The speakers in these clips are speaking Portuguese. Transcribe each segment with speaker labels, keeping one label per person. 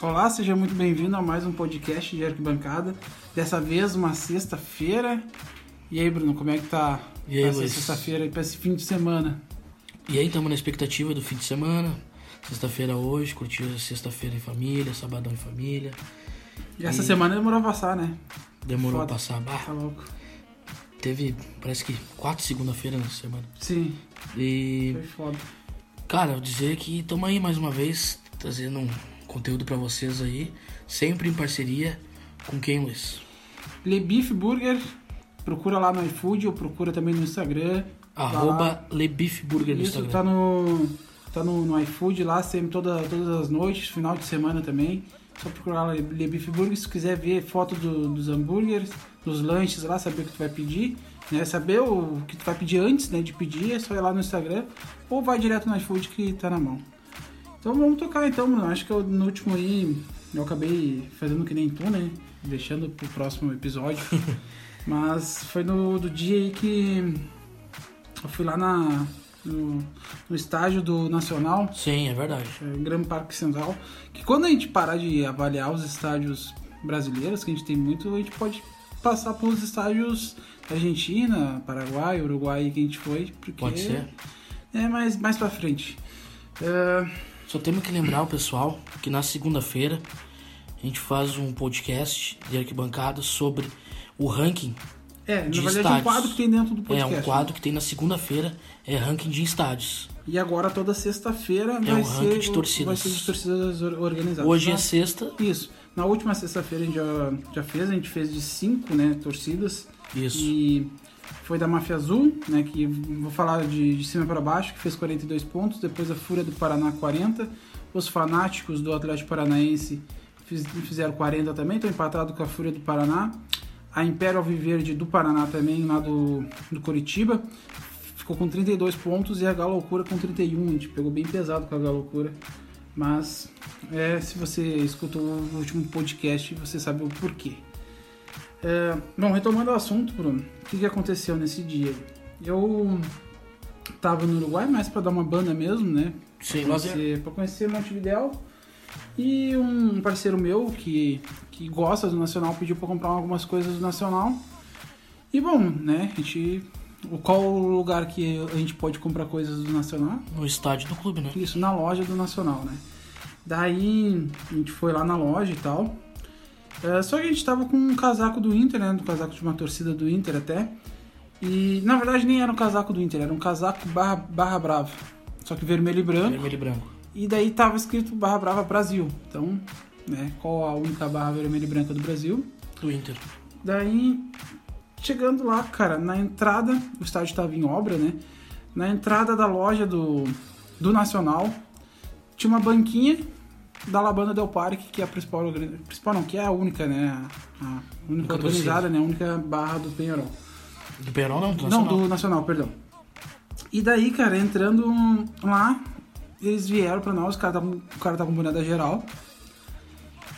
Speaker 1: Olá, seja muito bem-vindo a mais um podcast de Arquibancada. Dessa vez, uma sexta-feira. E aí, Bruno, como é que tá
Speaker 2: E aí,
Speaker 1: essa
Speaker 2: Luiz?
Speaker 1: sexta-feira e pra esse fim de semana?
Speaker 2: E aí, estamos na expectativa do fim de semana. Sexta-feira hoje, curtir a sexta-feira em família, sabadão em família.
Speaker 1: E essa semana demorou a passar, né?
Speaker 2: Demorou
Speaker 1: Foda.
Speaker 2: a passar.
Speaker 1: Tá
Speaker 2: Bah,
Speaker 1: louco?
Speaker 2: teve, parece que, quatro segunda-feira na semana.
Speaker 1: Sim,
Speaker 2: E,
Speaker 1: foi foda.
Speaker 2: cara, eu dizer que estamos aí mais uma vez, trazendo um conteúdo pra vocês aí. Sempre em parceria com quem, Luiz?
Speaker 1: Le Beef Burger, procura lá no iFood ou procura também no Instagram. Vai Tá lá.
Speaker 2: Arroba LeBifBurger no
Speaker 1: Isso,
Speaker 2: Instagram.
Speaker 1: tá no, tá no, no iFood lá, sempre toda, todas as noites, final de semana também. Só procurar lá Le Beef Burger, se quiser ver foto do- dos hambúrgueres, dos lanches lá, saber o que tu vai pedir. Né? Saber o que tu vai pedir antes né, de pedir, é só ir lá no Instagram. Ou vai direto no iFood que tá na mão. Então vamos tocar então, Bruno. Acho que eu, no último aí eu acabei fazendo que nem tu, né? Deixando pro próximo episódio. Mas foi no do dia aí que eu fui lá na, no, no estágio do Nacional,
Speaker 2: Sim, é verdade.
Speaker 1: é, Gran Parque Central, que quando a gente parar de avaliar os estádios brasileiros, que a gente tem muito, a gente pode passar pelos estádios da Argentina, Paraguai, Uruguai, que a gente foi, porque
Speaker 2: Pode ser.
Speaker 1: é mais, mais pra frente. É,
Speaker 2: Só temos que lembrar o pessoal que na segunda-feira a gente faz um podcast de arquibancada sobre o ranking.
Speaker 1: é, na verdade
Speaker 2: De
Speaker 1: é um
Speaker 2: estádios.
Speaker 1: quadro que tem dentro do podcast.
Speaker 2: é um quadro que tem na segunda-feira, é ranking de estádios.
Speaker 1: né? E agora toda sexta-feira vai,
Speaker 2: o É um ranking
Speaker 1: ser
Speaker 2: de
Speaker 1: o-
Speaker 2: torcidas.
Speaker 1: vai ser de torcidas or- organizadas.
Speaker 2: Hoje é
Speaker 1: Mas-
Speaker 2: sexta,
Speaker 1: Isso. Na última sexta-feira a gente já, já fez, a gente fez de cinco, né, torcidas.
Speaker 2: isso.
Speaker 1: E foi da Máfia Azul, né, que vou falar de, de cima para baixo, que fez 42 pontos. Depois a Fúria do Paraná, 40. Os Fanáticos do Atlético Paranaense fiz- fizeram 40 também, estão empatados com a Fúria do Paraná. A Império Alviverde do Paraná também, lá do, do Curitiba, ficou com 32 pontos e a Galoucura com 31. A gente pegou bem pesado com a Galoucura. Mas é, se você escutou o último podcast, você sabe o porquê. É, bom, retomando o assunto, Bruno, o que, que aconteceu nesse dia? Eu tava no Uruguai mais pra dar uma banda mesmo, né?
Speaker 2: Sim,
Speaker 1: Pra
Speaker 2: lazer.
Speaker 1: conhecer, pra conhecer Montevidéu. E um parceiro meu que, que gosta do Nacional pediu pra comprar algumas coisas do Nacional. E bom, né? A gente. o- Qual o lugar que a gente pode comprar coisas do Nacional?
Speaker 2: No estádio do clube, né?
Speaker 1: Isso, na loja do Nacional, né? Daí a gente foi lá na loja e tal. É, só que a gente tava com um casaco do Inter, né? Um casaco de uma torcida do Inter até. E na verdade nem era um casaco do Inter, era um casaco barra, barra brava. Só que vermelho e branco.
Speaker 2: Vermelho e branco.
Speaker 1: E daí tava escrito barra brava Brasil. Então, né? Qual a única barra vermelha e branca do Brasil?
Speaker 2: Do Inter.
Speaker 1: Daí, chegando lá, cara, na entrada, o estádio estava em obra, né? Na entrada da loja do, do Nacional, tinha uma banquinha da Labanda Del Parque, que é a principal, organi- principal não, que é a única, né? A, a única
Speaker 2: Nunca torcida.
Speaker 1: organizada, né? A única barra do Penharol.
Speaker 2: Do Perón não, do
Speaker 1: Não,
Speaker 2: Nacional.
Speaker 1: do Nacional, perdão. E daí, cara, entrando lá, eles vieram pra nós, o cara, tá, com- o cara tá com boné da geral.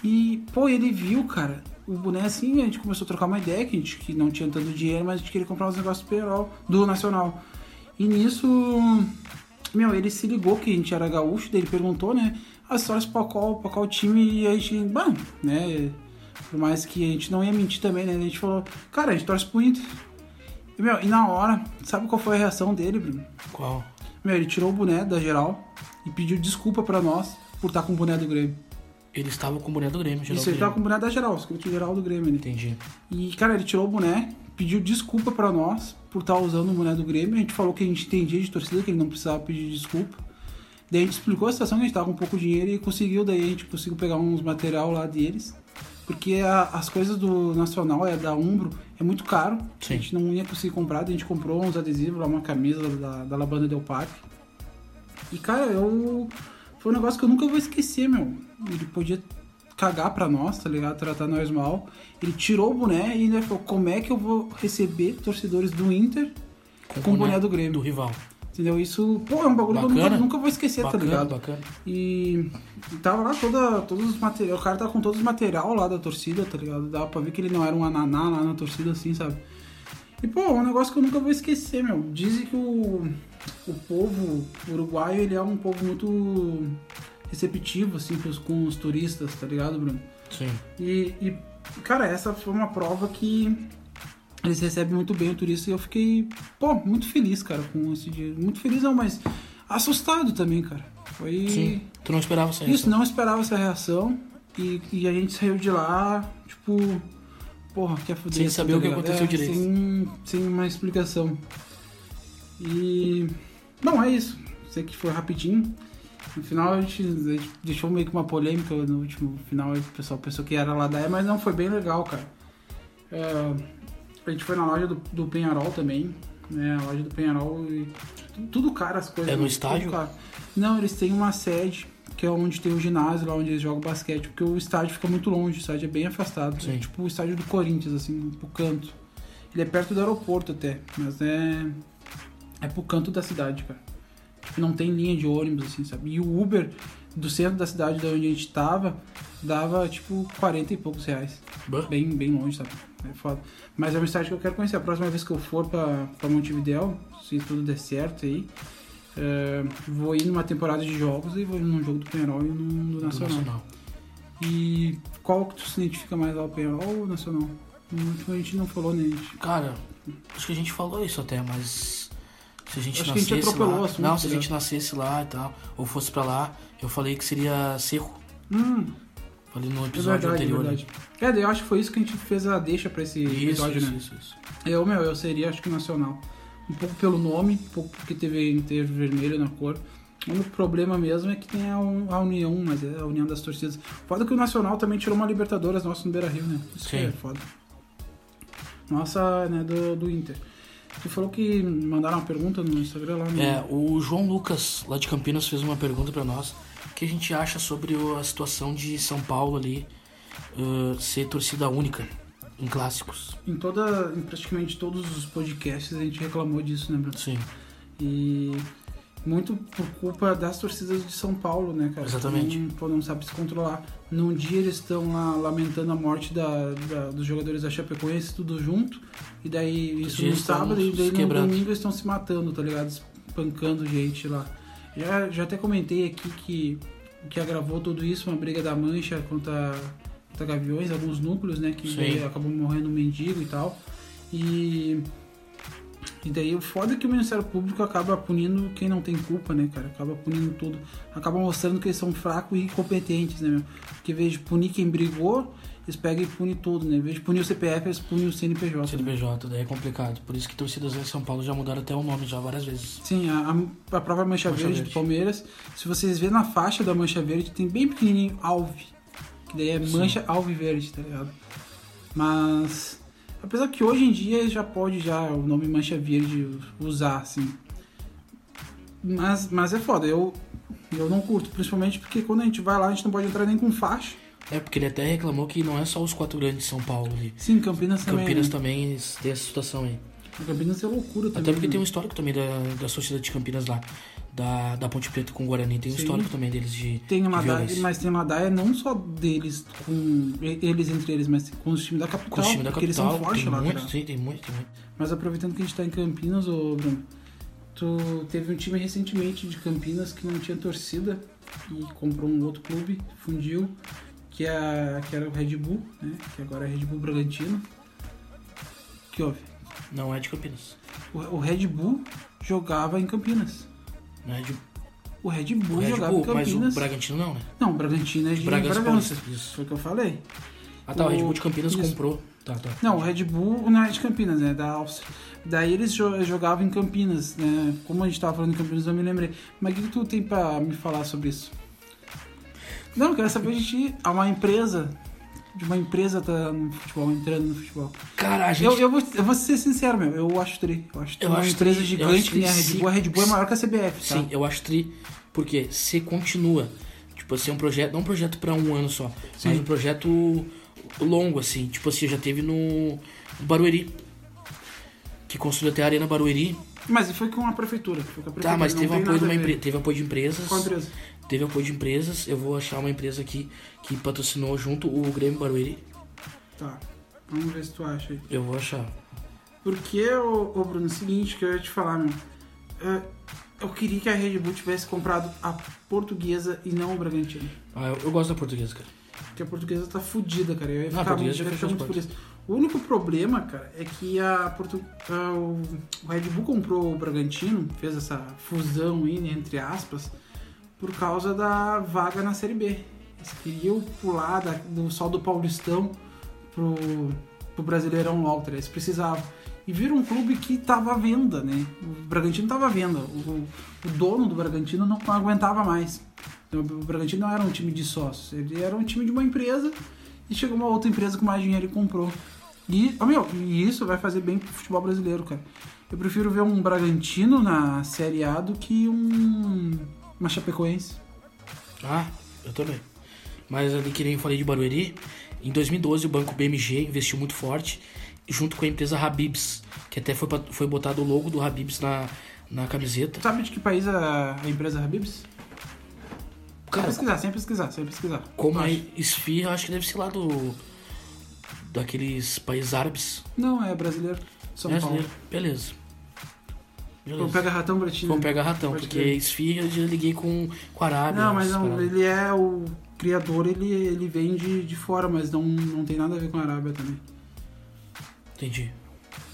Speaker 1: E, pô, ele viu, cara, o boné assim, a gente começou a trocar uma ideia, que a gente que não tinha tanto dinheiro, mas a gente queria comprar uns negócios do, Perol, do Nacional. E nisso, meu, ele se ligou que a gente era gaúcho, daí ele perguntou, né, as histórias pra qual, pra qual time, e a gente, bom, né, por mais que a gente não ia mentir também, né, a gente falou, cara, a gente torce pro Inter. E, meu, e na hora, sabe qual foi a reação dele, Bruno?
Speaker 2: Qual?
Speaker 1: Meu, ele tirou o boné da geral e pediu desculpa pra nós por estar com o boné do Grêmio.
Speaker 2: Ele estava com o boné do Grêmio, geral
Speaker 1: Isso, ele
Speaker 2: do
Speaker 1: tava com
Speaker 2: Grêmio.
Speaker 1: o boné da geral, escrito geral do Grêmio, né?
Speaker 2: Entendi.
Speaker 1: E, cara, ele tirou o boné, pediu desculpa pra nós por estar usando o boné do Grêmio. A gente falou que a gente entendia de torcida, que ele não precisava pedir desculpa. Daí a gente explicou a situação, que a gente tava com pouco dinheiro e conseguiu, daí a gente conseguiu pegar uns material lá deles. Porque a- as coisas do Nacional, é da Umbro, é muito caro.
Speaker 2: Sim.
Speaker 1: A gente não ia conseguir comprar, daí a gente comprou uns adesivos lá, uma camisa da, da Labanda Del Parque. E, cara, eu. Foi um negócio que eu nunca vou esquecer, meu. Ele podia cagar pra nós, tá ligado? Tratar nós mal. Ele tirou o boné e ainda falou: como é que eu vou receber torcedores do Inter com, o boné do Grêmio?
Speaker 2: Do rival.
Speaker 1: Entendeu? Isso, pô, é um bagulho que eu nunca,
Speaker 2: Bacana.
Speaker 1: nunca vou esquecer,
Speaker 2: Bacana,
Speaker 1: tá ligado?
Speaker 2: bacana.
Speaker 1: E e tava lá toda, todos os materiais. O cara tá com todos os material lá da torcida, tá ligado? Dava pra ver que ele não era um ananá lá na torcida, assim, sabe? E, pô, é um negócio que eu nunca vou esquecer, meu. Dizem que o, o povo uruguaio, ele é um povo muito receptivo, assim, com os, com os turistas, tá ligado, Bruno?
Speaker 2: Sim.
Speaker 1: E, e, cara, essa foi uma prova que eles recebem muito bem o turista e eu fiquei, pô, muito feliz, cara, com esse dia. Muito feliz não, mas assustado também, cara. Foi.
Speaker 2: Sim. Tu não esperava sair.
Speaker 1: Isso, não esperava essa reação. E, e a gente saiu de lá, tipo. Porra, quer fuder.
Speaker 2: Sem saber o que
Speaker 1: ligado?
Speaker 2: aconteceu direito.
Speaker 1: Sem, sem uma explicação. E. Bom, é isso. Sei que foi rapidinho. No final a gente, a gente deixou meio que uma polêmica no último final, aí o pessoal pensou que era ladaia, mas não, foi bem legal, cara. É, a gente foi na loja do, do Penharol também, né? A loja do Penharol e tu- tudo cara as coisas.
Speaker 2: É no
Speaker 1: né?
Speaker 2: estádio?
Speaker 1: Tudo caro. Não, eles têm uma sede, que é onde tem o ginásio, lá onde eles jogam basquete, porque o estádio fica muito longe, o estádio é bem afastado.
Speaker 2: Sim.
Speaker 1: É tipo o estádio do Corinthians, assim, pro canto. Ele é perto do aeroporto até, mas é. É pro canto da cidade, cara. Tipo, não tem linha de ônibus, assim, sabe? E o Uber do centro da cidade da onde a gente tava dava tipo 40 e poucos reais.
Speaker 2: Bah.
Speaker 1: Bem, bem longe, sabe? É foda. Mas é uma cidade que eu quero conhecer. A próxima vez que eu for pra, pra Montevideo, se tudo der certo aí, é, vou ir numa temporada de jogos e vou ir num jogo do Penarol e num do
Speaker 2: Do
Speaker 1: Nacional.
Speaker 2: Nacional.
Speaker 1: E qual que tu se identifica mais lá, o Penarol ou o Nacional? No último a gente não falou, né? A gente-
Speaker 2: Cara, acho que a gente falou isso até, mas. Se a gente
Speaker 1: Acho que a gente
Speaker 2: nascesse
Speaker 1: atropelou o
Speaker 2: lá.
Speaker 1: assunto,
Speaker 2: Não, se a
Speaker 1: né?
Speaker 2: gente nascesse lá e tal, ou fosse pra lá, eu falei que seria seco.
Speaker 1: Hum,
Speaker 2: Falei no
Speaker 1: é
Speaker 2: episódio
Speaker 1: verdade, é
Speaker 2: anterior. né?
Speaker 1: verdade. É, daí eu acho que foi isso que a gente fez a deixa pra esse
Speaker 2: Isso,
Speaker 1: episódio,
Speaker 2: isso,
Speaker 1: né?
Speaker 2: isso, isso.
Speaker 1: Eu, meu, eu seria, acho que nacional. Um pouco pelo nome, um pouco porque teve, teve vermelho na cor. O único problema mesmo é que tem a, un- a união, mas é a união das torcidas. Foda que o Nacional também tirou uma Libertadores nossa no Beira Rio, né? Isso que
Speaker 2: Sim.
Speaker 1: é foda. Nossa, né, do, do Inter. Tu falou que mandaram uma pergunta no Instagram lá, né?
Speaker 2: É, o João Lucas, lá de Campinas, fez uma pergunta pra nós. O que a gente acha sobre o- a situação de São Paulo ali ãh, ser torcida única em clássicos?
Speaker 1: Em, toda, em praticamente todos os podcasts a gente reclamou disso, né, Bruno?
Speaker 2: Sim,
Speaker 1: E muito por culpa das torcidas de São Paulo, né, cara?
Speaker 2: Exatamente.
Speaker 1: Que Não, pô, não sabe se controlar. Num dia eles estão lá lamentando a morte da, da- dos jogadores da Chapecoense, tudo junto. E daí isso
Speaker 2: dia
Speaker 1: no
Speaker 2: estão
Speaker 1: sábado, e
Speaker 2: se
Speaker 1: daí no
Speaker 2: quebrando.
Speaker 1: domingo eles estão se matando, tá ligado? Espancando gente lá. Já, já até comentei aqui que o que agravou tudo isso, uma briga da mancha contra, contra gaviões, alguns núcleos, né? Que
Speaker 2: Sim.
Speaker 1: daí acabou morrendo um mendigo e tal. E e daí o foda é que o Ministério Público acaba punindo quem não tem culpa, né, cara? Acaba punindo tudo. Acaba mostrando que eles são fracos e incompetentes, né, meu? Porque em vez de punir quem brigou, eles pegam e punem tudo, né? Em vez de punir o CPF, eles punem o CNPJ. né?
Speaker 2: CNPJ, daí é complicado. Por isso que torcidas em São Paulo já mudaram até o nome já várias vezes.
Speaker 1: Sim, a, a própria mancha,
Speaker 2: Mancha
Speaker 1: verde,
Speaker 2: verde.
Speaker 1: do Palmeiras, se vocês verem na faixa da mancha verde, tem bem pequenininho alve. Que daí é mancha alve verde, tá ligado? Mas. Apesar que hoje em dia já pode já o nome mancha verde usar, assim. Mas, mas é foda, eu, eu não curto, principalmente porque quando a gente vai lá, a gente não pode entrar nem com faixa.
Speaker 2: É, porque ele até reclamou que não é só os quatro grandes de São Paulo ali.
Speaker 1: Sim, Campinas também.
Speaker 2: Campinas
Speaker 1: né?
Speaker 2: também tem essa situação aí.
Speaker 1: Campinas é loucura também.
Speaker 2: Até porque
Speaker 1: né?
Speaker 2: tem um histórico também da, da sociedade de Campinas lá, da, da Ponte Preta com o Guarani, tem um
Speaker 1: Sim.
Speaker 2: histórico também deles de.
Speaker 1: Tem a
Speaker 2: de
Speaker 1: Ladaia,
Speaker 2: violência.
Speaker 1: mas tem a Ladaia não só deles, com eles entre eles, mas com os times da capital.
Speaker 2: Com o time da
Speaker 1: porque
Speaker 2: capital,
Speaker 1: eles são fortes
Speaker 2: tem
Speaker 1: lá,
Speaker 2: muito,
Speaker 1: cara.
Speaker 2: sim, tem muito, tem muito.
Speaker 1: Mas aproveitando que a gente tá em Campinas, ô Bruno, tu teve um time recentemente de Campinas que não tinha torcida e comprou um outro clube, fundiu, que, é, que era o Red Bull, né? Que agora é Red Bull Bragantino. Que houve?
Speaker 2: Não é de Campinas.
Speaker 1: O, o Red Bull jogava em Campinas.
Speaker 2: Não é de
Speaker 1: O Red Bull
Speaker 2: o Red
Speaker 1: jogava
Speaker 2: Bull,
Speaker 1: em
Speaker 2: mas
Speaker 1: Campinas.
Speaker 2: o Bragantino não, né?
Speaker 1: Não, o Bragantino é de
Speaker 2: Bragança
Speaker 1: Bragança.
Speaker 2: Paulista, isso.
Speaker 1: Foi o que eu falei.
Speaker 2: Ah tá, o,
Speaker 1: O-
Speaker 2: Red Bull de Campinas
Speaker 1: isso.
Speaker 2: comprou. Tá, tá.
Speaker 1: Não, o Red Bull não é de Campinas, né? Da Áustria. Daí eles jo- jogavam em Campinas, né? Como a gente tava falando em Campinas, eu me lembrei. Mas o que que tu tem pra me falar sobre isso? Não, eu quero saber de ti. Há uma empresa. De uma empresa tá no futebol, entrando no futebol.
Speaker 2: Cara, a gente.
Speaker 1: Eu, eu, vou, eu vou ser sincero, meu. Eu acho tri. Eu acho tri.
Speaker 2: Eu
Speaker 1: uma
Speaker 2: acho
Speaker 1: empresa
Speaker 2: tri- eu acho
Speaker 1: gigante que
Speaker 2: tri
Speaker 1: nem a Red Bull. A Red Bull é maior que a CBF, tá?
Speaker 2: Sim, eu acho tri. Porque se continua. Tipo assim, é um projeto. Não um projeto pra um ano só, mas um projeto longo, assim. Tipo assim, já teve no Barueri. Que construiu até a Arena Barueri.
Speaker 1: Mas foi com a prefeitura. Foi com a prefeitura.
Speaker 2: Tá, mas
Speaker 1: não
Speaker 2: teve
Speaker 1: tem
Speaker 2: apoio, de
Speaker 1: nada
Speaker 2: uma
Speaker 1: a ver
Speaker 2: empre... teve um apoio de empresas.
Speaker 1: Com a empresa.
Speaker 2: Teve apoio de empresas. Eu vou achar uma empresa aqui que patrocinou junto o Grêmio Barueri.
Speaker 1: Tá. Vamos ver se tu acha aí.
Speaker 2: Eu vou achar.
Speaker 1: Porque, ô, ô Bruno, é o seguinte que eu ia te falar, meu. É, Eu queria que a Red Bull tivesse comprado a portuguesa e não o Bragantino.
Speaker 2: Ah, eu, eu gosto da portuguesa, cara.
Speaker 1: Porque a portuguesa tá fudida, cara. Eu ia
Speaker 2: Não, a
Speaker 1: ficar,
Speaker 2: portuguesa
Speaker 1: eu
Speaker 2: já
Speaker 1: ia ficar
Speaker 2: fechou
Speaker 1: muito
Speaker 2: as
Speaker 1: por isso. O único problema, cara, é que a Portu... a- o o Red Bull comprou o Bragantino, fez essa fusão aí, né, entre aspas, por causa da vaga na Série B. Eles queriam pular da- do sol do Paulistão pro, pro Brasileirão logo, tá ligado? eles precisavam. E viram um clube que tava à venda, né? O Bragantino tava à venda. O, o dono do Bragantino não aguentava mais. Então, O Bragantino não era um time de sócios, ele era um time de uma empresa e chegou uma outra empresa com mais dinheiro e comprou. E, ó, meu, e isso vai fazer bem pro futebol brasileiro, cara. Eu prefiro ver um Bragantino na Série A do que um uma Chapecoense.
Speaker 2: Ah, eu também. Mas ali que nem eu falei de Barueri, em 2012 o banco BMG investiu muito forte, junto com a empresa Habibs, que até foi, pat- foi botado o logo do Habibs na, na camiseta.
Speaker 1: Tu sabe de que país a, a empresa Habibs? Sem
Speaker 2: Cara,
Speaker 1: pesquisar, sem pesquisar, sem pesquisar.
Speaker 2: como
Speaker 1: Acho.
Speaker 2: é esfirra, acho que deve ser lá do. daqueles países árabes.
Speaker 1: Não, é brasileiro. São um
Speaker 2: Brasileiro. Beleza.
Speaker 1: Paulo. Eu
Speaker 2: Beleza.
Speaker 1: pega ratão pra ti.
Speaker 2: Vamos
Speaker 1: né?
Speaker 2: pegar ratão,
Speaker 1: Pode
Speaker 2: porque
Speaker 1: crer.
Speaker 2: esfirra eu já liguei com, com a Arábia.
Speaker 1: Não, mas
Speaker 2: essas
Speaker 1: não,
Speaker 2: paradas.
Speaker 1: ele é o criador, ele, ele vem de, de fora, mas não, não tem nada a ver com a Arábia também.
Speaker 2: Entendi.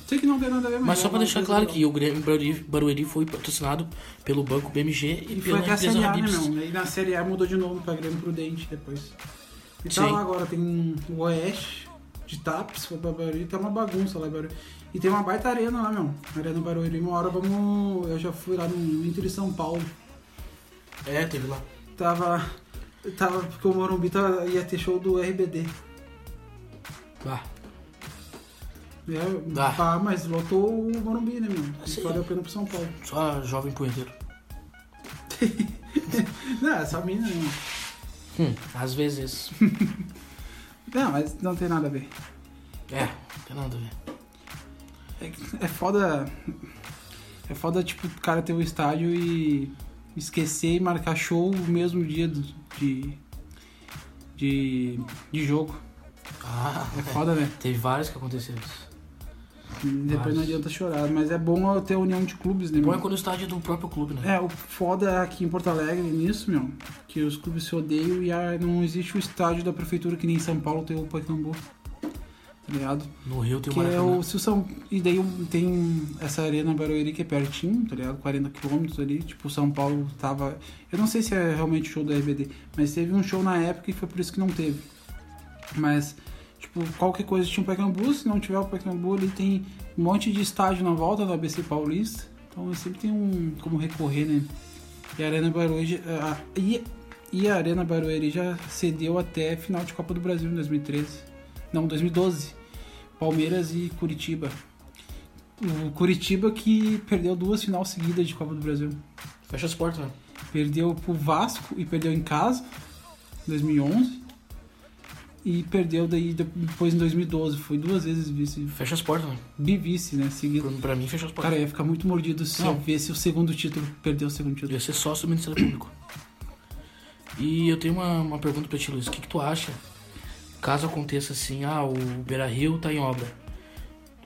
Speaker 1: Sei que não tem nada a ver, mas...
Speaker 2: Mas só
Speaker 1: é
Speaker 2: pra
Speaker 1: uma
Speaker 2: deixar
Speaker 1: empresa
Speaker 2: claro
Speaker 1: legal.
Speaker 2: que o Grêmio Barueri, Barueri foi patrocinado pelo Banco BMG e,
Speaker 1: E foi
Speaker 2: pela
Speaker 1: até a
Speaker 2: empresa
Speaker 1: Série A, né,
Speaker 2: Habibs.
Speaker 1: meu? E na Série A mudou de novo pra Grêmio Prudente depois. E tá
Speaker 2: Sim.
Speaker 1: lá agora, tem o Oeste de TAPS, foi pra Barueri, tá uma bagunça lá em Barueri. E tem uma baita arena lá, meu. Arena Barueri. Uma hora vamos... Eu já fui lá no Inter de São Paulo.
Speaker 2: É, teve lá.
Speaker 1: Tava... Tava... Porque o Morumbi tava, ia ter show do RBD.
Speaker 2: Tá.
Speaker 1: né?
Speaker 2: Dá.
Speaker 1: Pá, mas lotou o Morumbi, né, meu?
Speaker 2: Ah. Sim.
Speaker 1: E valeu a pena pro São Paulo.
Speaker 2: Só jovem punheteiro.
Speaker 1: Não, é só mina, né? meu?
Speaker 2: Hum, às vezes.
Speaker 1: Não, mas não tem nada a ver.
Speaker 2: é, não tem nada a ver.
Speaker 1: É, que- é foda. É foda, tipo, o cara ter um estádio e esquecer e marcar show no mesmo dia do- de. de. de jogo.
Speaker 2: Ah,
Speaker 1: É foda, né?
Speaker 2: teve vários que aconteceram isso.
Speaker 1: Depois não
Speaker 2: Mas-
Speaker 1: adianta chorar. Mas é bom ter a união de clubes, né?
Speaker 2: Bom é
Speaker 1: meu?
Speaker 2: quando o estádio é do próprio clube, né?
Speaker 1: É, o foda aqui em Porto Alegre nisso, meu, que os clubes se odeiam e ah, não existe o estádio da prefeitura que nem em São Paulo tem o Pacaembu. Tá ligado?
Speaker 2: No Rio tem o
Speaker 1: Que é
Speaker 2: Maracanã.
Speaker 1: o, se o São, e daí um- tem essa arena Barueri que é pertinho, tá ligado? 40 quilômetros ali. Tipo, o São Paulo tava. Eu não sei se é realmente show da RBD, mas teve um show na época e foi por isso que não teve. Mas, tipo, qualquer coisa tinha o Pacaembu. Se não tiver o Pacaembu, ali tem um monte de estádio na volta do ABC Paulista. Então sempre tem um como recorrer, né? E a Arena Barueri. A, a- e, e a Arena Barueri já cedeu até final de Copa do Brasil em 2013. Não, 2012. Palmeiras e Curitiba. O Curitiba que perdeu duas finais seguidas de Copa do Brasil.
Speaker 2: Fecha as portas, né?
Speaker 1: Perdeu pro Vasco e perdeu em casa, em 2011. E perdeu daí depois em 2012. Foi duas vezes vice.
Speaker 2: Fecha as portas, né?
Speaker 1: Bivice, né? Seguido.
Speaker 2: Pra, pra mim, fecha as portas.
Speaker 1: Cara, eu ia ficar muito mordido se
Speaker 2: Não.
Speaker 1: eu visse o segundo título, perder o segundo título.
Speaker 2: Ia ser sócio do Ministério Público. E eu tenho uma, uma pergunta pra ti, Luiz. O que, que tu acha? Caso aconteça assim, ah, o Beira Rio tá em obra.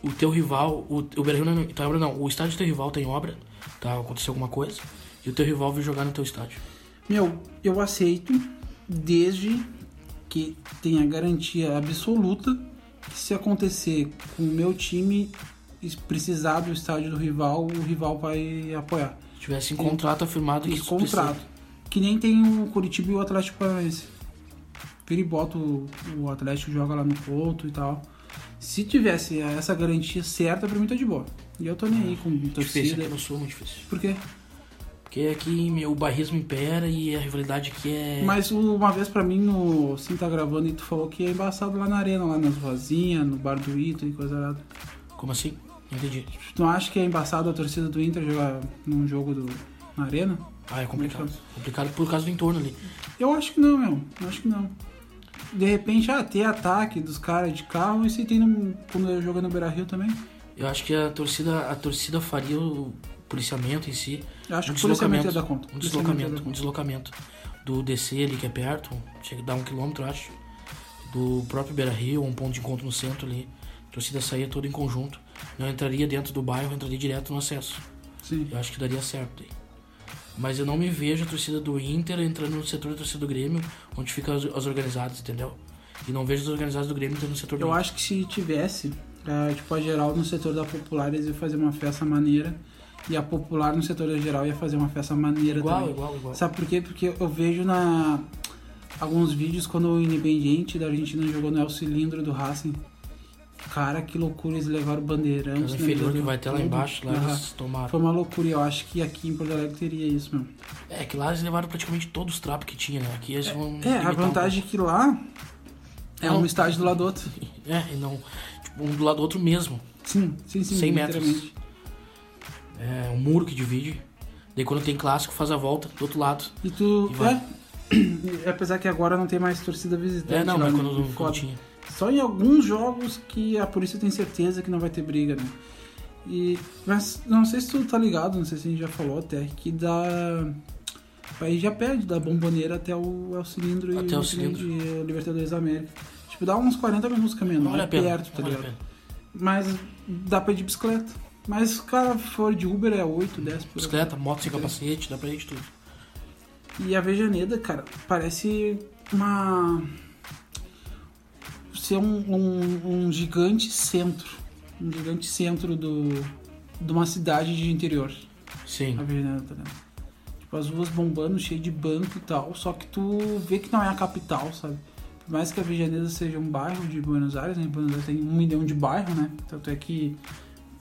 Speaker 2: O teu rival. O, o Beira Rio não tá em obra, não. O estádio do teu rival tá em obra. Tá, aconteceu alguma coisa. E o teu rival veio jogar no teu estádio.
Speaker 1: Meu, eu aceito desde que tenha garantia absoluta que se acontecer com o meu time es- precisar do estádio do rival, o rival vai apoiar.
Speaker 2: Se tivesse em contrato afirmado que
Speaker 1: E
Speaker 2: isso
Speaker 1: contrato. Que nem tem o Curitiba e o Atlético Paranaense. Vira e bota o, o Atlético joga lá no Couto e tal. Se tivesse essa garantia certa, pra mim tá de boa. E eu tô nem aí com
Speaker 2: precisa. Difícil,
Speaker 1: torcida.
Speaker 2: aqui no sul é muito difícil.
Speaker 1: Por quê?
Speaker 2: Porque aqui meu, o barrismo impera e a rivalidade aqui é.
Speaker 1: Mas o- uma vez pra mim, no Sim Tá Gravando, e tu falou que é embaçado lá na arena, lá nas vozinhas, no bar do Ito e coisa errada.
Speaker 2: Como assim? Não entendi.
Speaker 1: Tu não acha que é embaçado a torcida do Inter jogar num jogo do, na arena?
Speaker 2: Ah, é complicado. Complicado por causa do entorno ali.
Speaker 1: Eu acho que não, meu. Eu acho que não. De repente, ah, tem ataque dos caras de carro, e se tem no, quando eu jogo no Beira-Rio também.
Speaker 2: Eu acho que a torcida, a torcida faria o policiamento em si.
Speaker 1: Eu acho
Speaker 2: um
Speaker 1: que o policiamento ia dar conta.
Speaker 2: Um
Speaker 1: O policiamento né? ia
Speaker 2: deslocamento, um deslocamento do DC ali que é perto, chega a dar um quilômetro, eu acho. Do próprio Beira Rio, um ponto de encontro no centro ali. A torcida saía toda em conjunto. Não entraria dentro do bairro, entraria direto no acesso.
Speaker 1: dar conta. Sim.
Speaker 2: Eu acho que daria certo aí. Mas eu não me vejo a torcida do Inter entrando no setor da torcida do Grêmio, onde ficam as, as organizadas, entendeu? E não vejo os organizados do Grêmio entrando no setor do
Speaker 1: Eu
Speaker 2: Inter.
Speaker 1: acho que se tivesse, a, tipo, a geral no setor da popular, eles iam fazer uma festa maneira. E a popular no setor da geral ia fazer uma festa maneira
Speaker 2: Igual,
Speaker 1: também.
Speaker 2: igual, igual.
Speaker 1: Sabe por quê? Porque eu vejo na alguns vídeos quando o Independiente da Argentina jogou no El Cilindro do Racing. Cara, que loucura, eles levaram o bandeirão.
Speaker 2: Mas
Speaker 1: cinema
Speaker 2: inferior que
Speaker 1: levou
Speaker 2: vai até lá
Speaker 1: tudo.
Speaker 2: embaixo, lá
Speaker 1: né, Aham.
Speaker 2: eles
Speaker 1: Foi
Speaker 2: tomaram.
Speaker 1: uma loucura e eu acho que aqui em Porto Alegre teria isso mesmo.
Speaker 2: É que lá eles levaram praticamente todos os trapos que tinha, né? Aqui eles vão.
Speaker 1: É, a
Speaker 2: limitar um
Speaker 1: vantagem é que lá é
Speaker 2: Não.
Speaker 1: um estádio do lado do outro.
Speaker 2: pouco. É, e não. Tipo, um do lado do outro mesmo.
Speaker 1: Sim, sim, sim.
Speaker 2: 100 metros.
Speaker 1: literalmente.
Speaker 2: É um muro que divide. Daí quando tem clássico, faz a volta do outro lado.
Speaker 1: E tu.
Speaker 2: E vai.
Speaker 1: é, apesar que agora não tem mais torcida visitante.
Speaker 2: É, não,
Speaker 1: lá,
Speaker 2: mas
Speaker 1: né?
Speaker 2: quando,
Speaker 1: Foda.
Speaker 2: quando tinha.
Speaker 1: Só em alguns jogos que a polícia tem certeza que não vai ter briga, né? E, mas não sei se tu tá ligado, não sei se a gente já falou até, que da. O país já perde da bomboneira até o, ao cilindro
Speaker 2: Até
Speaker 1: e
Speaker 2: o cilindro.
Speaker 1: e a Libertadores da América. Tipo, dá uns 40 minutos caminhando,
Speaker 2: Não
Speaker 1: não
Speaker 2: vale
Speaker 1: é
Speaker 2: a pena.
Speaker 1: perto, tá
Speaker 2: não vale a
Speaker 1: ligado?
Speaker 2: pena.
Speaker 1: Mas dá pra ir de bicicleta. Mas se o cara for de Uber é 8, 10 por aí.
Speaker 2: Bicicleta, moto sem capacete, dá pra ir de tudo.
Speaker 1: E a Vejaneda, cara, parece uma. ser um, um, um gigante centro. Um gigante centro do, de uma cidade de interior.
Speaker 2: Sim.
Speaker 1: A Vejaneda, tá ligado? Tipo, as ruas bombando, cheio de banco e tal. Só que tu vê que não é a capital, sabe? Por mais que a Vejaneda seja um bairro de Buenos Aires, né? Buenos Aires tem um milhão de bairros, né? Tanto é que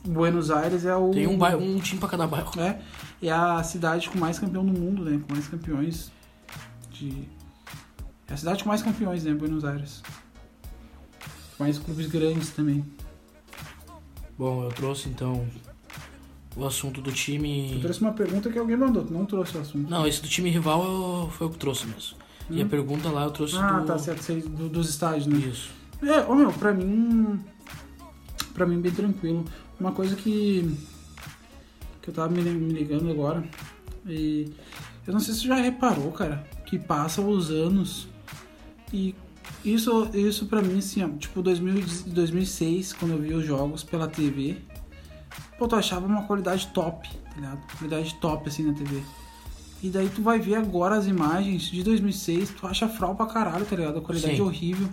Speaker 1: Buenos Aires é o.
Speaker 2: Tem um, bairro, um time pra cada bairro.
Speaker 1: É, é a cidade com mais campeão do mundo, né? Com mais campeões de. É a cidade com mais campeões, né? Buenos Aires. Com mais clubes grandes também.
Speaker 2: Bom, eu trouxe então o assunto do time.
Speaker 1: Eu trouxe uma pergunta que alguém mandou, tu não trouxe o assunto.
Speaker 2: Não, esse do time rival eu- foi o que trouxe mesmo. E a pergunta lá eu trouxe
Speaker 1: Hum? ah,
Speaker 2: do...
Speaker 1: tá certo, sei, do- dos estádios, né?
Speaker 2: Isso.
Speaker 1: É, ô meu, pra mim. Pra mim, bem tranquilo. Uma coisa que. que eu tava me, li- me ligando agora. E. Eu não sei se você já reparou, cara, que passam os anos. E isso, isso pra mim, assim, ó, tipo 2000, e 2006, quando eu vi os jogos pela TV. Pô, tu achava uma qualidade top, tá ligado? Qualidade top, assim, na TV. E daí tu vai ver agora as imagens de 2006, tu acha fral pra caralho, tá ligado? A qualidade
Speaker 2: Sim.
Speaker 1: horrível.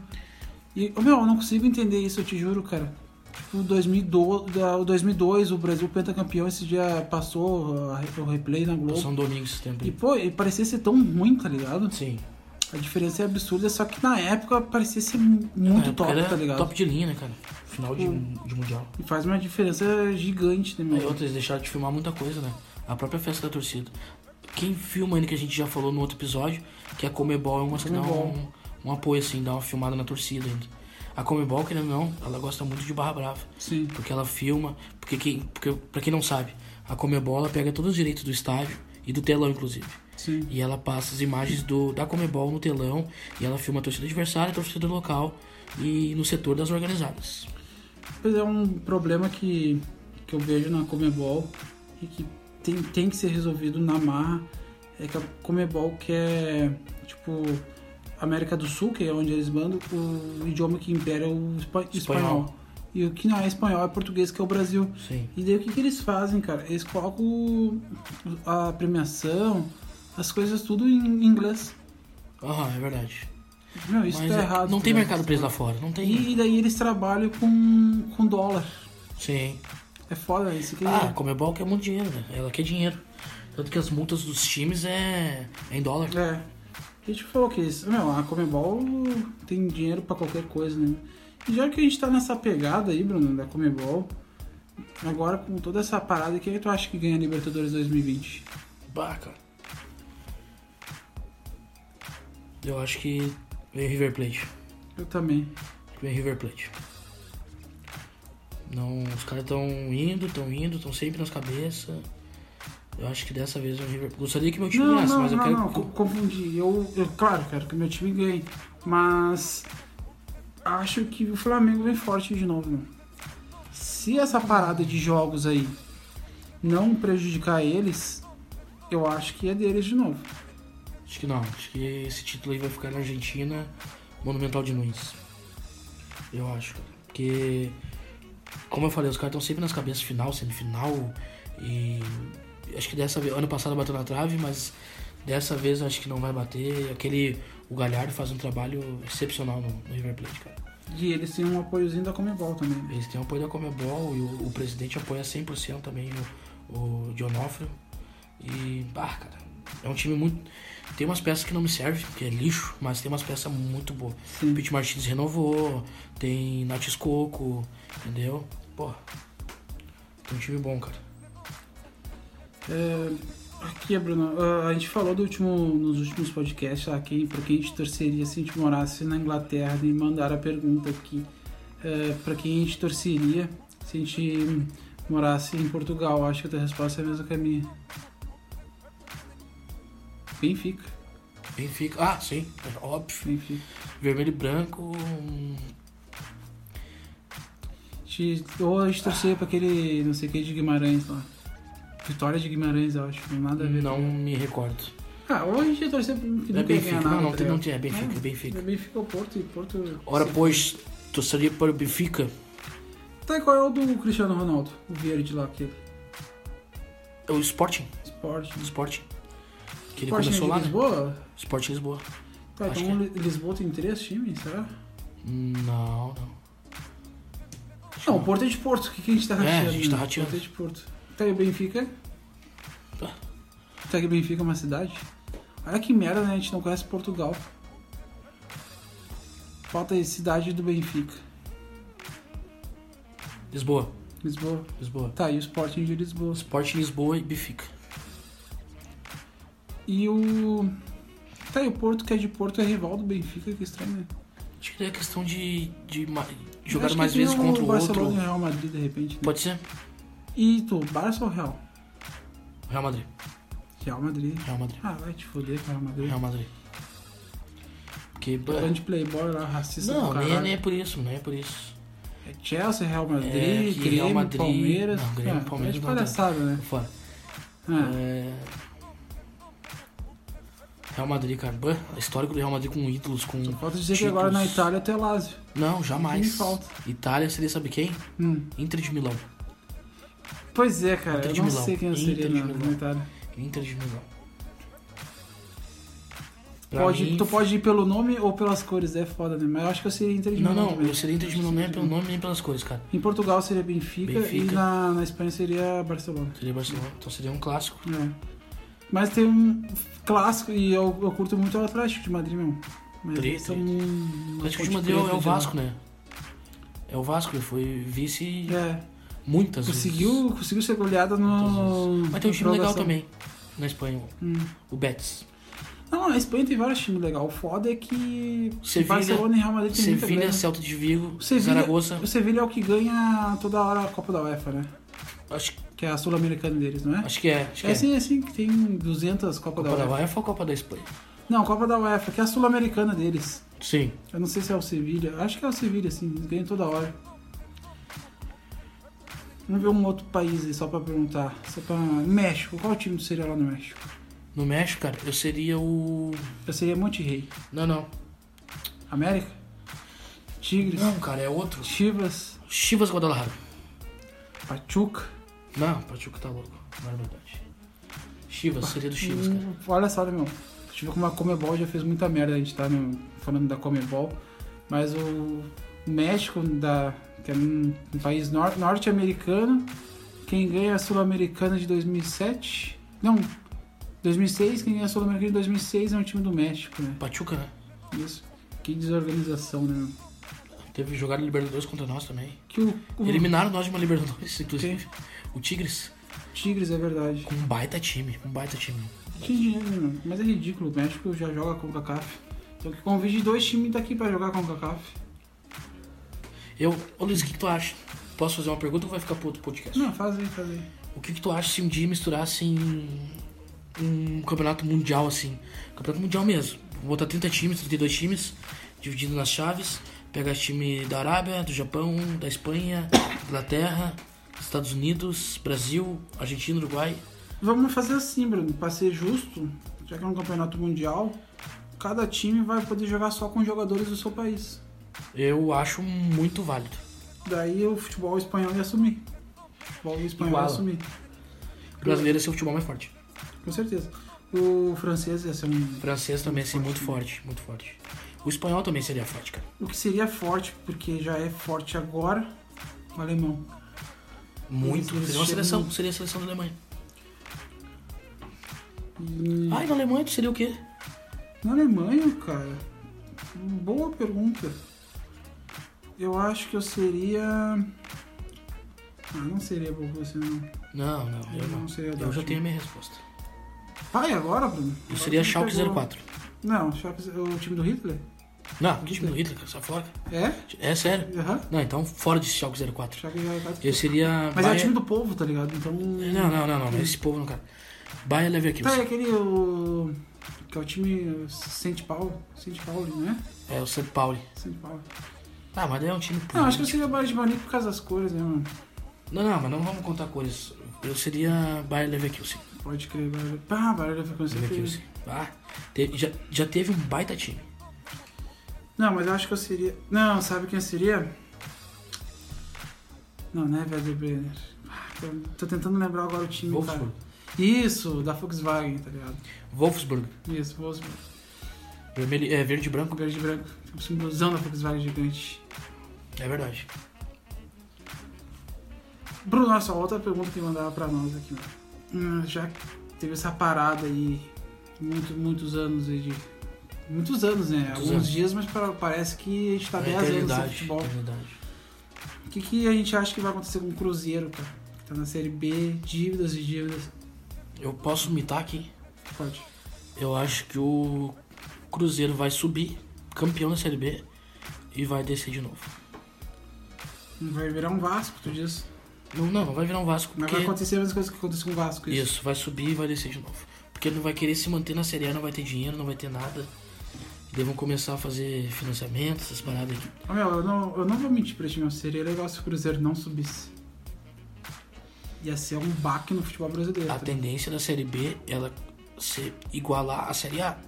Speaker 1: E, ô, meu, eu não consigo entender isso, eu te juro, cara. Tipo, 2012, da- é, o 2002, o Brasil pentacampeão, esse dia passou a re- o replay na Globo.
Speaker 2: São Domingos esse tempo.
Speaker 1: E,
Speaker 2: aí.
Speaker 1: pô, e parecia ser tão ruim, tá ligado?
Speaker 2: Sim.
Speaker 1: A diferença é absurda, só que na época parecia ser muito
Speaker 2: É, porque
Speaker 1: top,
Speaker 2: era
Speaker 1: tá ligado?
Speaker 2: Top de linha, né, cara? Final de, de Mundial.
Speaker 1: E faz uma diferença gigante, né,
Speaker 2: Aí
Speaker 1: meu?
Speaker 2: outras deixaram de filmar muita coisa, né? A própria festa da torcida. Quem filma ainda que a gente já falou no outro episódio, que a Comebol é uma que dá um,
Speaker 1: Comebol.
Speaker 2: um apoio, assim, dá uma filmada na torcida ainda. A Comebol, querendo ou não, ela gosta muito de Barra Brava.
Speaker 1: Sim.
Speaker 2: Porque ela filma, porque, quem, porque pra quem não sabe, a Comebol ela pega todos os direitos do estádio e do telão, inclusive.
Speaker 1: Sim.
Speaker 2: E ela passa as imagens do, da Comebol no telão e ela filma a torcida adversária, a torcida local e no setor das organizadas.
Speaker 1: Pois é um problema que, que eu vejo na Comebol e que tem, tem que ser resolvido na marra é que a Comebol quer, tipo, América do Sul, que é onde eles mandam, o idioma que impera é o espa- espanhol.
Speaker 2: Espanhol.
Speaker 1: E o que não é espanhol é português, que é o Brasil.
Speaker 2: Sim.
Speaker 1: E daí o que, que eles fazem, cara? Eles colocam o- a premiação, as coisas tudo em inglês.
Speaker 2: Aham, é verdade.
Speaker 1: Não, isso
Speaker 2: Mas
Speaker 1: tá
Speaker 2: é-
Speaker 1: errado.
Speaker 2: não
Speaker 1: tá
Speaker 2: tem
Speaker 1: ligado?
Speaker 2: mercado pra eles lá fora, não tem.
Speaker 1: E daí eles trabalham com, com dólar.
Speaker 2: Sim.
Speaker 1: É foda isso que
Speaker 2: Ah, a Comebol quer muito dinheiro, né? Ela quer dinheiro. Tanto que as multas dos times é, é em dólar.
Speaker 1: É. A gente falou que isso, meu, a Comebol tem dinheiro pra qualquer coisa, né? E já que a gente tá nessa pegada aí, Bruno, da Comebol, agora com toda essa parada, quem é que tu acha que ganha a Libertadores 2020?
Speaker 2: Bah, cara. Eu acho que vem River Plate.
Speaker 1: Eu também.
Speaker 2: Vem River Plate. Não, os caras estão indo, estão indo, estão sempre nas cabeças. Eu acho que dessa vez o River. Gostaria que meu time
Speaker 1: Não,
Speaker 2: ganhasse,
Speaker 1: não,
Speaker 2: mas eu
Speaker 1: não,
Speaker 2: quero.
Speaker 1: não, co- confundi. Eu, eu, claro, quero que meu time ganhe, mas acho que o Flamengo vem forte de novo, meu. Se essa parada de jogos aí não prejudicar eles, eu acho que é deles de novo.
Speaker 2: Acho que não. Acho que esse título aí vai ficar na Argentina, Monumental de Nunes. Eu acho, cara. Porque, como eu falei, os caras estão sempre nas cabeças final, semifinal e Acho que dessa vez, ano passado bateu na trave, mas dessa vez acho que não vai bater. Aquele. O Galhardo faz um trabalho excepcional no, no River Plate, cara.
Speaker 1: E eles têm um apoiozinho da Comebol também. né?
Speaker 2: Eles têm o apoio da Comebol e o, o presidente apoia 100% também o, o Dionófrio. E, bah, cara, é um time muito. Tem umas peças que não me servem, que é lixo, mas tem umas peças muito boas.
Speaker 1: Sim.
Speaker 2: O Pete Martins renovou, tem Natis Coco, entendeu? Pô, tem um time bom, cara.
Speaker 1: É, aqui, Bruno, ah, a gente falou do último, nos últimos podcasts, ah, quem, pra quem a gente torceria se a gente morasse na Inglaterra, e mandaram a pergunta aqui, é, pra quem a gente torceria se a gente morasse em Portugal. Acho que a tua resposta é a mesma que a minha. Benfica,
Speaker 2: Benfica, ah, sim, é óbvio.
Speaker 1: Benfica.
Speaker 2: Vermelho e branco. hum,
Speaker 1: A gente, ou a gente torcia pra aquele, não sei o que, de Guimarães lá. Vitória de Guimarães, eu acho, não nada a ver.
Speaker 2: Não me recordo.
Speaker 1: Ah, ou a gente ia torcer pro que nunca
Speaker 2: É
Speaker 1: ia
Speaker 2: Benfica,
Speaker 1: ganhar nada.
Speaker 2: não, não,
Speaker 1: tá
Speaker 2: tem- não
Speaker 1: ligado?
Speaker 2: tinha, é Benfica, é Benfica.
Speaker 1: Benfica é o Porto e Porto.
Speaker 2: Ora,
Speaker 1: Sim.
Speaker 2: pois, torceria para o Benfica.
Speaker 1: Tá, e qual é o do Cristiano Ronaldo? O verde lá, aquele.
Speaker 2: É o Sporting.
Speaker 1: Sport. né?
Speaker 2: Sporting. Que ele
Speaker 1: Sport é de
Speaker 2: começou lá, né?
Speaker 1: Lisboa?
Speaker 2: Sporting Lisboa.
Speaker 1: Tá,
Speaker 2: Acho é.
Speaker 1: então Li- Lisboa tem três times, será?
Speaker 2: Não, não. Acho que
Speaker 1: Não, o Porto é de Porto. O que, que a gente tá
Speaker 2: É,
Speaker 1: rateando?
Speaker 2: a gente tá
Speaker 1: né?
Speaker 2: rateando.
Speaker 1: O Porto é de Porto. Tá aí o Benfica?
Speaker 2: Tá.
Speaker 1: Tá que Benfica é uma cidade? Olha que merda, né? A gente não conhece Portugal. Falta aí cidade do Benfica.
Speaker 2: Lisboa.
Speaker 1: Lisboa.
Speaker 2: Lisboa.
Speaker 1: Tá, e o Sporting de Lisboa.
Speaker 2: Sporting Lisboa e Benfica.
Speaker 1: E o. Tá, e o Porto que é de Porto é rival do Benfica, que estranho, né?
Speaker 2: Acho que é questão de, de ma- jogar
Speaker 1: Acho que
Speaker 2: mais
Speaker 1: tem um
Speaker 2: vezes contra o
Speaker 1: Barcelona e
Speaker 2: outro.
Speaker 1: Real Madrid, de repente. Né?
Speaker 2: Pode ser?
Speaker 1: E tu, Barça ou Real?
Speaker 2: Real Madrid.
Speaker 1: Real Madrid.
Speaker 2: Real Madrid.
Speaker 1: Ah, vai te foder com o Real Madrid.
Speaker 2: Real Madrid. Porque. bah,
Speaker 1: Grande playboy lá, racista
Speaker 2: Não,
Speaker 1: do
Speaker 2: nem,
Speaker 1: caralho.
Speaker 2: nem é por isso, nem é por isso.
Speaker 1: É Chelsea, Real Madrid,
Speaker 2: É, que
Speaker 1: Grêmio,
Speaker 2: Real Madrid-
Speaker 1: Palmeiras.
Speaker 2: não, Grêmio,
Speaker 1: Ah,
Speaker 2: Palmeiras
Speaker 1: É de
Speaker 2: não dá.
Speaker 1: palhaçada, né?
Speaker 2: Fora.
Speaker 1: Ah,
Speaker 2: É. Real Madrid, cara. Bah, histórico do Real Madrid com ídolos, com.
Speaker 1: Falta dizer que agora na
Speaker 2: títulos.
Speaker 1: Itália até Lazio.
Speaker 2: Não, jamais.
Speaker 1: Me falta.
Speaker 2: Itália seria, sabe quem?
Speaker 1: Hum.
Speaker 2: Inter de Milão.
Speaker 1: Pois é, cara.
Speaker 2: Inter
Speaker 1: Eu
Speaker 2: de
Speaker 1: não
Speaker 2: Milão.
Speaker 1: sei quem eu seria
Speaker 2: Inter de
Speaker 1: na,
Speaker 2: Milão.
Speaker 1: na Itália.
Speaker 2: Inter de Milão. Pra
Speaker 1: Pode,
Speaker 2: mim-
Speaker 1: tu pode ir pelo nome ou pelas cores, é foda, né? Mas eu acho que eu seria Inter de
Speaker 2: Não,
Speaker 1: Milão
Speaker 2: não,
Speaker 1: também.
Speaker 2: eu seria Inter de Milão nem pelo nome nem pelas cores, cara.
Speaker 1: Em Portugal seria Benfica,
Speaker 2: Benfica.
Speaker 1: e na, na Espanha seria Barcelona.
Speaker 2: Seria Barcelona, então seria um clássico.
Speaker 1: É. Mas tem um clássico, e eu, eu curto muito o Atlético de Madrid, meu. Mas
Speaker 2: Treta,
Speaker 1: eles são
Speaker 2: treta.
Speaker 1: um-
Speaker 2: O
Speaker 1: uma
Speaker 2: Atlético de
Speaker 1: ponte
Speaker 2: Madrid é o- é
Speaker 1: preta
Speaker 2: o
Speaker 1: de lá.
Speaker 2: Vasco, né? É o Vasco, ele foi vice
Speaker 1: É,
Speaker 2: muitas vezes.
Speaker 1: conseguiu, conseguiu ser goleada no.
Speaker 2: Mas tem um
Speaker 1: na
Speaker 2: time legal
Speaker 1: prorrogação.
Speaker 2: também, na Espanha,
Speaker 1: Hum.
Speaker 2: o Betis.
Speaker 1: Não, não, a Espanha tem vários times legais. O foda é que
Speaker 2: Sevilha-
Speaker 1: Barcelona e Real Madrid tem muita
Speaker 2: Sevilha, é
Speaker 1: grana.
Speaker 2: Celta de Vigo,
Speaker 1: O Sevilha-
Speaker 2: Zaragoza.
Speaker 1: O Sevilha é o que ganha toda hora a Copa da UEFA, né?
Speaker 2: Acho,
Speaker 1: Que é a Sul-Americana deles, não é?
Speaker 2: acho que é. Acho que
Speaker 1: É
Speaker 2: é.
Speaker 1: assim, é assim que tem 200 Copa, da
Speaker 2: Copa
Speaker 1: UEFA.
Speaker 2: da UEFA ou Copa da Espanha?
Speaker 1: Não, Copa da UEFA, que é a Sul-Americana deles.
Speaker 2: Sim.
Speaker 1: Eu não sei se é o Sevilha. Acho que é o Sevilha, assim. Eles ganham toda hora. Vamos ver um outro país aí, só pra perguntar. Só pra... México. Qual time seria lá no México?
Speaker 2: No México, cara, eu seria o.
Speaker 1: Eu seria Monterrey.
Speaker 2: Não, não.
Speaker 1: América? Tigres?
Speaker 2: Não, cara, é outro.
Speaker 1: Chivas?
Speaker 2: Chivas Guadalajara.
Speaker 1: Pachuca?
Speaker 2: Não, Pachuca tá louco. Não é verdade. Chivas, seria do Chivas, cara.
Speaker 1: Hum, olha só, né, meu? Eu tive com uma Comebol, já fez muita merda. A gente tá no- falando da Comebol. Mas o México, da, que é um um país nor- norte-americano, quem ganha é a Sul-Americana de 2007... Não, 2006, quem ganha a Sul-Americana de 2006 é um time do México, né?
Speaker 2: Pachuca, né?
Speaker 1: Isso. Que desorganização, né, meu?
Speaker 2: Teve jogado Libertadores contra nós também.
Speaker 1: Que o, o
Speaker 2: Eliminaram nós de uma Libertadores, inclusive. O Tigres,
Speaker 1: Tigres, é verdade.
Speaker 2: com um baita time, um baita time.
Speaker 1: Que dinheiro, né, meu? Mas é ridículo. O México já joga com o CACAF. Então que convide dois times daqui pra jogar com o CACAF.
Speaker 2: Eu, ô Luiz, o que, que tu acha? Posso fazer uma pergunta ou vai ficar pro outro podcast?
Speaker 1: Não, faz aí, faz aí.
Speaker 2: O que, que tu acha se um dia misturassem um campeonato mundial assim? Campeonato mundial mesmo. Vou botar 30 times, 32 times, dividindo nas chaves. Pegar time da Arábia, do Japão, da Espanha, Inglaterra, Estados Unidos, Brasil, Argentina, Uruguai.
Speaker 1: Vamos fazer assim, Bruno, pra ser justo, já que é um campeonato mundial, cada time vai poder jogar só com jogadores do seu país.
Speaker 2: Eu acho muito válido.
Speaker 1: Daí o futebol espanhol ia assumir. O futebol espanhol ia
Speaker 2: Iguala.
Speaker 1: assumir.
Speaker 2: O brasileiro ia ser o futebol mais forte.
Speaker 1: Com certeza. O francês ia ser um.
Speaker 2: O francês também ia ser muito forte, muito forte. O espanhol também seria forte, cara.
Speaker 1: O que seria forte, porque já é forte agora, o alemão.
Speaker 2: Muito.
Speaker 1: Eles- eles
Speaker 2: Seria
Speaker 1: chegam-
Speaker 2: uma seleção, seria a seleção da Alemanha.
Speaker 1: E
Speaker 2: Ai, na Alemanha tu seria o quê?
Speaker 1: na Alemanha, cara, boa pergunta. Eu acho que eu seria. Ah, não seria por você, não.
Speaker 2: Não, não, eu
Speaker 1: Eu
Speaker 2: não.
Speaker 1: não seria
Speaker 2: Eu já
Speaker 1: Dortmund.
Speaker 2: tenho a minha resposta.
Speaker 1: Vai agora, Bruno.
Speaker 2: Eu
Speaker 1: Agora
Speaker 2: seria
Speaker 1: tu me
Speaker 2: Schalke
Speaker 1: pegou.
Speaker 2: 04.
Speaker 1: Não, Schalke, o time do Hitler?
Speaker 2: Não, que time do Hitler, cara, sai fora.
Speaker 1: É?
Speaker 2: É sério.
Speaker 1: Aham.
Speaker 2: Não, então fora de Schalke 04.
Speaker 1: Schalke já vai-
Speaker 2: Eu seria...
Speaker 1: Mas é o
Speaker 2: Bayer-
Speaker 1: time do povo, tá ligado? Então.
Speaker 2: É, Não, não, não, não, mas esse povo não, cara. Bayer
Speaker 1: Tá, é
Speaker 2: Leverkusen.
Speaker 1: aquele. O... Que é o time Sente Paulo. Sente Paulo, né?
Speaker 2: É o São Paulo.
Speaker 1: Sente Paulo.
Speaker 2: Ah, mas daí é um time...
Speaker 1: Não, acho que eu seria Bayern de Munique por causa das cores, né, mano?
Speaker 2: Não, não, mas não vamos contar cores. Eu seria Bayer Leverkusen.
Speaker 1: Pode crer, Bayern. Pá, Bayern vai
Speaker 2: Leverkusen. Ah, te- já, já teve um baita time.
Speaker 1: Não, mas eu acho que eu seria. Não, sabe quem eu seria? Não, né, Werder Brenner. Ah, tô- Tô tentando lembrar agora o time,
Speaker 2: Wolfsburg.
Speaker 1: cara. Isso, da Volkswagen, tá ligado?
Speaker 2: Wolfsburg.
Speaker 1: Isso, Wolfsburg.
Speaker 2: Vermelho, é, verde e branco.
Speaker 1: Com verde e branco. Tem um simbolzão da Volkswagen gigante.
Speaker 2: É verdade.
Speaker 1: Bruno, olha só, outra pergunta que mandava pra nós aqui, ó. Hum, já teve essa parada aí, muito, muitos anos aí de. Muitos anos, né?
Speaker 2: Muitos
Speaker 1: Alguns
Speaker 2: anos.
Speaker 1: dias, mas pra- parece que a gente tá
Speaker 2: É
Speaker 1: 10 anos no futebol.
Speaker 2: eternidade.
Speaker 1: O que, que a gente acha que vai acontecer com o Cruzeiro, cara? Que Tá na série B, dívidas e dívidas.
Speaker 2: Eu posso mitar aqui.
Speaker 1: Pode.
Speaker 2: Eu acho que o Cruzeiro vai subir, campeão da Série B, e vai descer de novo.
Speaker 1: Vai virar um Vasco, tu diz.
Speaker 2: Não, não, não vai virar um Vasco.
Speaker 1: Mas
Speaker 2: Porque...
Speaker 1: vai acontecer as mesmas coisas que aconteceu com o Vasco. Isso.
Speaker 2: Isso, vai subir e vai descer de novo. Porque ele não vai querer se manter na Série A, não vai ter dinheiro, não vai ter nada. Daí vão começar a fazer financiamento, essas paradas aqui.
Speaker 1: Ô, meu, eu não, eu não vou mentir pra ti, meu. Seria legal se o Cruzeiro não subisse. Ia ser um baque no futebol brasileiro.
Speaker 2: A
Speaker 1: tá?
Speaker 2: tendência da Série B, ela se igualar à Série A.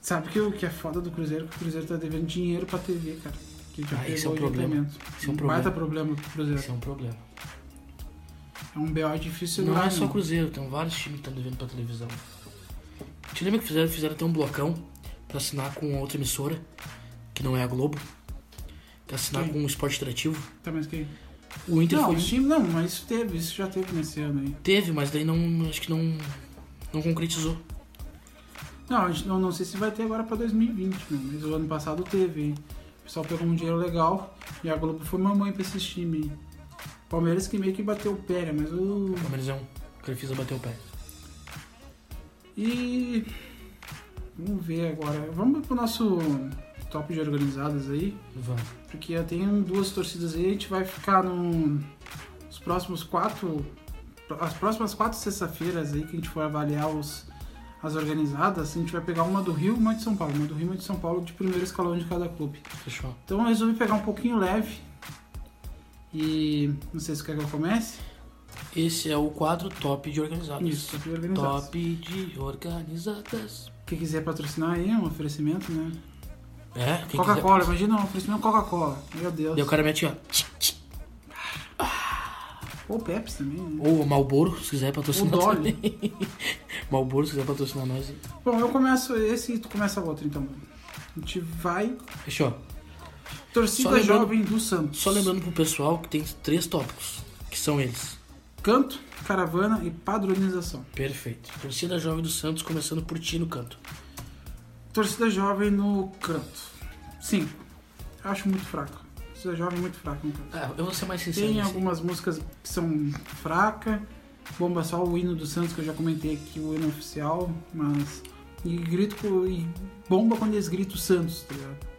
Speaker 1: Sabe que o que é foda do Cruzeiro? Que o Cruzeiro tá devendo dinheiro pra TV, cara. Que já
Speaker 2: Ah,
Speaker 1: pegou
Speaker 2: esse é um
Speaker 1: o
Speaker 2: problema.
Speaker 1: adiantamento.
Speaker 2: Esse é um
Speaker 1: Baita problema pro Cruzeiro.
Speaker 2: Isso é um problema.
Speaker 1: É um BO difícil
Speaker 2: Não
Speaker 1: lá,
Speaker 2: é só
Speaker 1: né?
Speaker 2: Cruzeiro, tem vários times que estão devendo pra televisão. Te lembra que fizeram, fizeram até um blocão pra assinar com outra emissora, que não é a Globo? Pra assinar
Speaker 1: Quem?
Speaker 2: com o esporte interativo.
Speaker 1: Tá, mas quem?
Speaker 2: O Inter
Speaker 1: Não,
Speaker 2: foi-
Speaker 1: os times- não, mas isso teve, isso já teve nesse ano aí.
Speaker 2: teve, mas daí não. Acho que não. Não concretizou.
Speaker 1: Não, a gente, não, não sei se vai ter agora pra 2020, meu, mas o ano passado teve, hein? O pessoal pegou um dinheiro legal e a Globo foi mamãe pra esses times. hein? Palmeiras que meio que bateu o pé, né? Mas o.
Speaker 2: Pelo menos é um. Crefisa bateu o pé.
Speaker 1: E. Vamos ver agora. Vamos pro nosso top de organizadas aí.
Speaker 2: Vamos.
Speaker 1: Porque eu tenho duas torcidas aí, a gente vai ficar no, nos próximos quatro. As próximas quatro sexta-feiras aí que a gente for avaliar os, as organizadas, a gente vai pegar uma do Rio, uma de São Paulo, uma do Rio, uma de São Paulo, de primeiro escalão de cada clube.
Speaker 2: Fechou.
Speaker 1: Então eu resolvi pegar um pouquinho leve. E não sei se quer que eu comece.
Speaker 2: Esse é o quadro top de organizadas.
Speaker 1: Isso, top de organizadas.
Speaker 2: Top de organizadas.
Speaker 1: Quem quiser patrocinar aí, é um oferecimento, né?
Speaker 2: É, quem
Speaker 1: Coca-Cola, imagina um oferecimento Coca-Cola. Meu
Speaker 2: quiser.
Speaker 1: Deus.
Speaker 2: Daí o cara mete, ó.
Speaker 1: Ou Pepsi também, né?
Speaker 2: Ou o Malboro, se quiser patrocinar.
Speaker 1: Ou Dolly.
Speaker 2: também. Malboro, se quiser patrocinar nós.
Speaker 1: Bom, eu começo esse e tu começa outro então. A gente vai
Speaker 2: Fechou.
Speaker 1: Torcida
Speaker 2: Só lembrando-
Speaker 1: Jovem do Santos.
Speaker 2: Só lembrando pro pessoal que tem três tópicos, que são eles.
Speaker 1: Canto, caravana e padronização.
Speaker 2: Perfeito. Torcida Jovem do Santos, começando por ti no canto.
Speaker 1: Torcida Jovem no canto. 5. Acho muito fraco. Torcida Jovem é muito fraca no canto.
Speaker 2: Ah, eu vou ser mais sincero. assim.
Speaker 1: Tem
Speaker 2: nesse.
Speaker 1: algumas músicas que são fracas. Bomba só o hino do Santos, que eu já comentei aqui, o hino oficial, mas. E grito co- e bomba quando eles gritam Santos, tá ligado?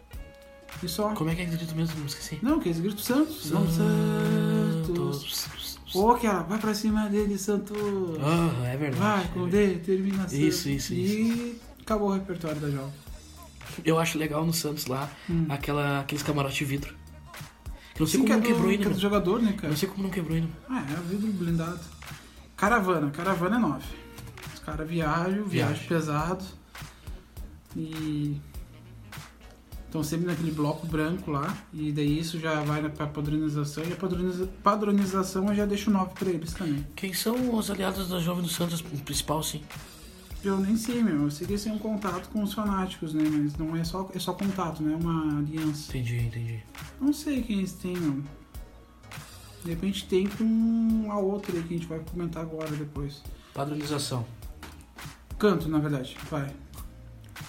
Speaker 1: E só.
Speaker 2: Como é que é que tu mesmo? Não esqueci.
Speaker 1: Não, que é eles gritam Santos. Vamos Santos. Ou aquela, é, vai pra cima dele, Santos.
Speaker 2: Ah, é verdade.
Speaker 1: Vai, com determinação.
Speaker 2: Isso, isso,
Speaker 1: E acabou o repertório da Jovem.
Speaker 2: Eu acho legal no Santos lá,
Speaker 1: Hum.
Speaker 2: aquela, aqueles camarote de vidro. Que eu Ah, não sei
Speaker 1: Sim, que
Speaker 2: como
Speaker 1: é
Speaker 2: não
Speaker 1: do,
Speaker 2: quebrou ainda.
Speaker 1: que é do
Speaker 2: mano.
Speaker 1: jogador, né,
Speaker 2: Eu
Speaker 1: cara?
Speaker 2: não sei como não quebrou ainda.
Speaker 1: Ah, é, vidro blindado. Caravana, caravana é 9. Os caras viajam, viajam
Speaker 2: Viagem.
Speaker 1: pesado. E. Então sempre naquele bloco branco lá, e daí isso já vai pra padronização, e a padroniza- padronização eu já deixo 9 pra eles também.
Speaker 2: Quem são os aliados da Jovem do Santos principal, sim?
Speaker 1: Eu nem sei, meu, eu sei que esse é um contato com os fanáticos, né, mas não é só, é só contato, né, é uma aliança.
Speaker 2: Entendi, entendi.
Speaker 1: Não sei quem eles têm, meu. De repente tem com a outra aí que a gente vai comentar agora, depois.
Speaker 2: Padronização.
Speaker 1: Canto, na verdade, vai.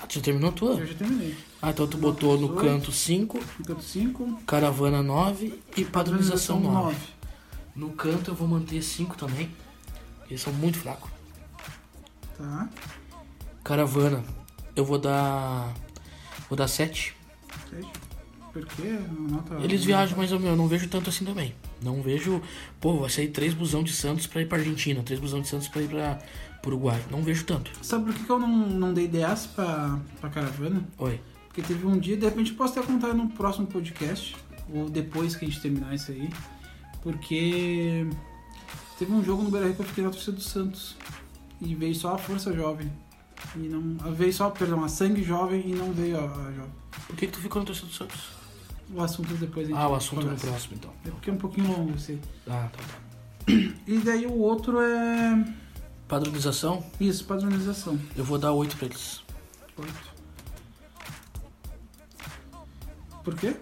Speaker 2: Ah, tu já terminou a
Speaker 1: Eu
Speaker 2: tua?
Speaker 1: já terminei.
Speaker 2: Ah, então tu botou no
Speaker 1: Oito.
Speaker 2: canto 5,
Speaker 1: Canto 5,
Speaker 2: caravana 9 e padronização
Speaker 1: padronização
Speaker 2: 9.
Speaker 1: 9.
Speaker 2: No canto eu vou manter 5 também. Eles são muito fracos.
Speaker 1: Tá,
Speaker 2: Caravana, eu vou dar. Vou dar 7.
Speaker 1: sete. Por quê? A nota...
Speaker 2: Eles viajam, mas eu eu não vejo tanto assim também. Não vejo. Pô, vai sair três busão de Santos pra ir pra Argentina, três busão de Santos pra ir pra pro Uruguai. Não vejo tanto.
Speaker 1: Sabe por que, que eu não, não dei 10 pra, pra caravana?
Speaker 2: Oi.
Speaker 1: Porque teve um dia, de repente eu posso até contar no próximo podcast, ou depois que a gente terminar isso aí, porque teve um jogo no Beira-Rio que eu fiquei na torcida do Santos, e veio só a força jovem, e não... ah, Veio só, perdão, a sangue jovem e não veio a, a jovem.
Speaker 2: Por que, que tu ficou no torcida do Santos?
Speaker 1: O assunto depois a gente
Speaker 2: Ah, o assunto é no
Speaker 1: conversa.
Speaker 2: próximo então.
Speaker 1: É porque é um pouquinho longo, eu sei.
Speaker 2: Ah, tá, tá.
Speaker 1: E daí o outro é...
Speaker 2: Padronização,
Speaker 1: Isso, padronização.
Speaker 2: eu vou dar 8 pra eles.
Speaker 1: Oito. Por quê?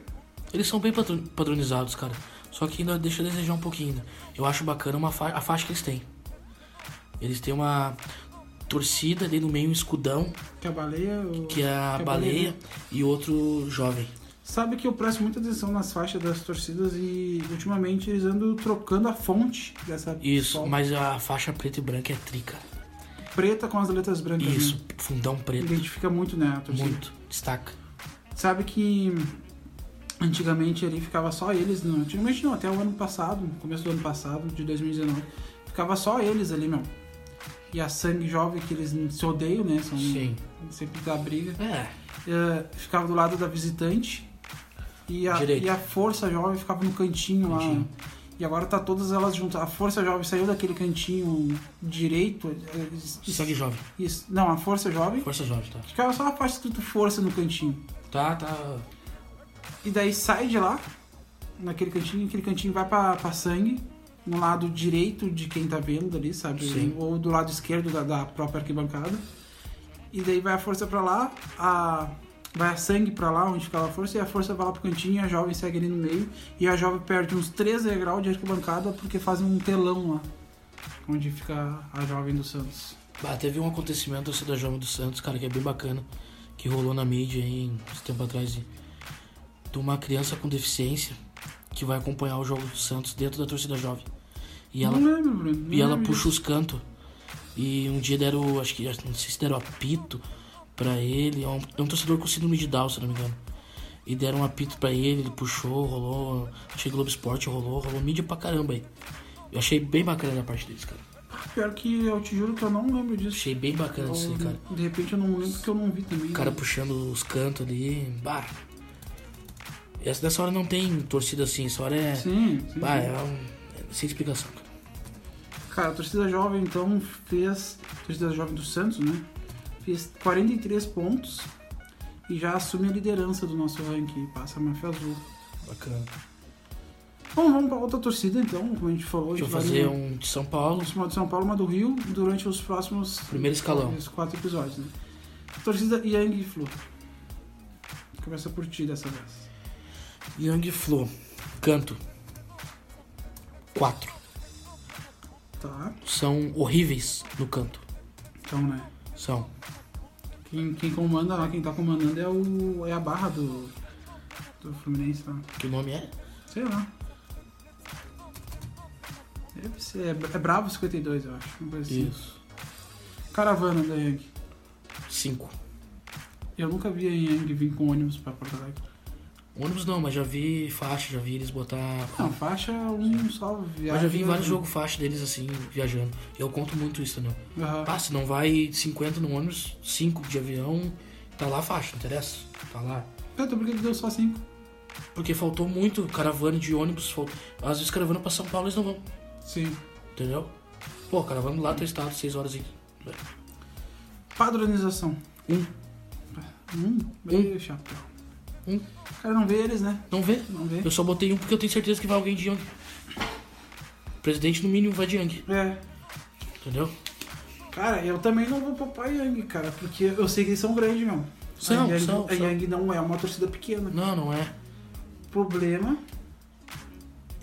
Speaker 2: Eles são bem patro- padronizados, cara. Só que ainda deixa a desejar um pouquinho ainda. Eu acho bacana uma fa- a faixa que eles têm. Eles têm uma torcida ali no meio, um escudão,
Speaker 1: Que a baleia... o-
Speaker 2: que é a
Speaker 1: Que é
Speaker 2: baleia,
Speaker 1: baleia,
Speaker 2: e outro jovem.
Speaker 1: Sabe que eu presto muita atenção nas faixas das torcidas e ultimamente eles andam trocando a fonte dessa
Speaker 2: Isso,
Speaker 1: foto.
Speaker 2: mas a faixa preta e branca é trica.
Speaker 1: preta com as letras brancas.
Speaker 2: Isso,
Speaker 1: né?
Speaker 2: fundão preto.
Speaker 1: Identifica muito, né, a torcida.
Speaker 2: Muito. Destaca.
Speaker 1: Sabe que antigamente ali ficava só eles, não, antigamente não, até o ano passado, no começo do ano passado, de 2019, ficava só eles ali, meu. E a sangue jovem que eles se odeiam, né, são
Speaker 2: Sim.
Speaker 1: sempre da briga.
Speaker 2: É.
Speaker 1: Eh, ficava do lado da visitante e a,
Speaker 2: Direito.
Speaker 1: e a Força Jovem ficava no cantinho,
Speaker 2: Cantinho.
Speaker 1: lá. E agora tá todas elas juntas. A Força Jovem saiu daquele cantinho direito. eh, es-
Speaker 2: Sangue jovem.
Speaker 1: isso- não, a Força Jovem.
Speaker 2: Força jovem, tá?
Speaker 1: Ficava só a parte escrito Força no cantinho.
Speaker 2: Tá, tá.
Speaker 1: E daí sai de lá, naquele cantinho, aquele cantinho vai pra, pra sangue. No lado direito de quem tá vendo ali, sabe?
Speaker 2: Sim.
Speaker 1: Ou do lado esquerdo da, da própria arquibancada. E daí vai a força pra lá, a... vai a sangue pra lá, onde ficava a força, e a força vai lá pro cantinho, e a jovem segue ali no meio. E a jovem perde uns 3 degraus de arquibancada porque fazem um telão lá, onde fica a jovem do Santos.
Speaker 2: Ah, teve um acontecimento assim da Jovem do Santos, cara, que é bem bacana, que rolou na mídia aí uns tempo atrás. De de uma criança com deficiência que vai acompanhar o jogo do Santos dentro da torcida jovem. E ela
Speaker 1: não lembro, Bruno. não
Speaker 2: E ela
Speaker 1: lembro
Speaker 2: puxa os cantos. E um dia deram, acho que, não sei se deram apito pra ele. É um, é um torcedor com síndrome de Down, se não me engano. E deram um apito pra ele, ele puxou, rolou. Achei Globo Esporte, rolou, rolou mídia pra caramba aí. Eu achei bem bacana a parte deles, cara.
Speaker 1: disso. Pior que eu te juro que eu não lembro disso.
Speaker 2: Achei bem bacana isso aí, cara.
Speaker 1: Eu, De repente eu não lembro porque eu não vi também.
Speaker 2: O cara
Speaker 1: né?
Speaker 2: puxando os cantos ali, bah. E essa dessa hora não tem torcida assim, essa hora é.
Speaker 1: Sim, sim.
Speaker 2: Bah, é, um, é sem explicação, cara.
Speaker 1: Cara, a torcida jovem então fez. A torcida jovem do Santos, né? Fez 43 pontos e já assume a liderança do nosso ranking. Passa a máfia azul.
Speaker 2: Bacana.
Speaker 1: Bom, vamos para outra torcida então, como a gente falou. a
Speaker 2: Deixa eu
Speaker 1: gente vai
Speaker 2: fazer
Speaker 1: no-
Speaker 2: um de São Paulo.
Speaker 1: no final de São Paulo, uma do Rio, durante os próximos.
Speaker 2: Primeiro escalão.
Speaker 1: Os quatro episódios, né? Torcida Yang Flu. Começa por ti dessa vez.
Speaker 2: Yang Flo, canto. Quatro.
Speaker 1: Tá?
Speaker 2: São horríveis no canto.
Speaker 1: Então, né?
Speaker 2: São.
Speaker 1: Quem, quem comanda lá, quem tá comandando é, o, é a barra do, do Fluminense tá? lá.
Speaker 2: Que nome é?
Speaker 1: Sei lá. Deve ser. É, é Bravo 52, eu acho. Uma coisa assim.
Speaker 2: Isso.
Speaker 1: Caravana da Yang.
Speaker 2: Cinco.
Speaker 1: Eu nunca vi a Yang vir com ônibus pra Porto Alegre.
Speaker 2: Ônibus não, mas já vi faixa, já vi eles botar.
Speaker 1: Não, faixa um só
Speaker 2: mas
Speaker 1: viagem.
Speaker 2: já vi vários jogos faixa deles assim, viajando. Eu conto muito isso, entendeu?
Speaker 1: Aham.
Speaker 2: Ah, se não vai 50 no ônibus, 5 de avião, tá lá a faixa, não interessa? Tá lá.
Speaker 1: Pedro, por que que deu só 5?
Speaker 2: Porque faltou muito caravana de ônibus. fal- Às vezes caravana pra São Paulo eles não vão,
Speaker 1: Sim.
Speaker 2: entendeu? Pô, caravana lá do estado, 6 horas e.
Speaker 1: Padronização.
Speaker 2: Um.
Speaker 1: Um, meio chapéu.
Speaker 2: Um.
Speaker 1: O cara não vê eles, né?
Speaker 2: Não vê?
Speaker 1: Não vê.
Speaker 2: Eu só botei um porque eu tenho certeza que vai alguém de Young. Presidente, no mínimo, vai de Young.
Speaker 1: É.
Speaker 2: Entendeu?
Speaker 1: Cara, eu também não vou poupar Yang, cara, porque eu sei que eles são grandes, meu.
Speaker 2: São,
Speaker 1: a Yang,
Speaker 2: são,
Speaker 1: a
Speaker 2: são.
Speaker 1: Yang não é uma torcida pequena.
Speaker 2: Não, não é.
Speaker 1: O problema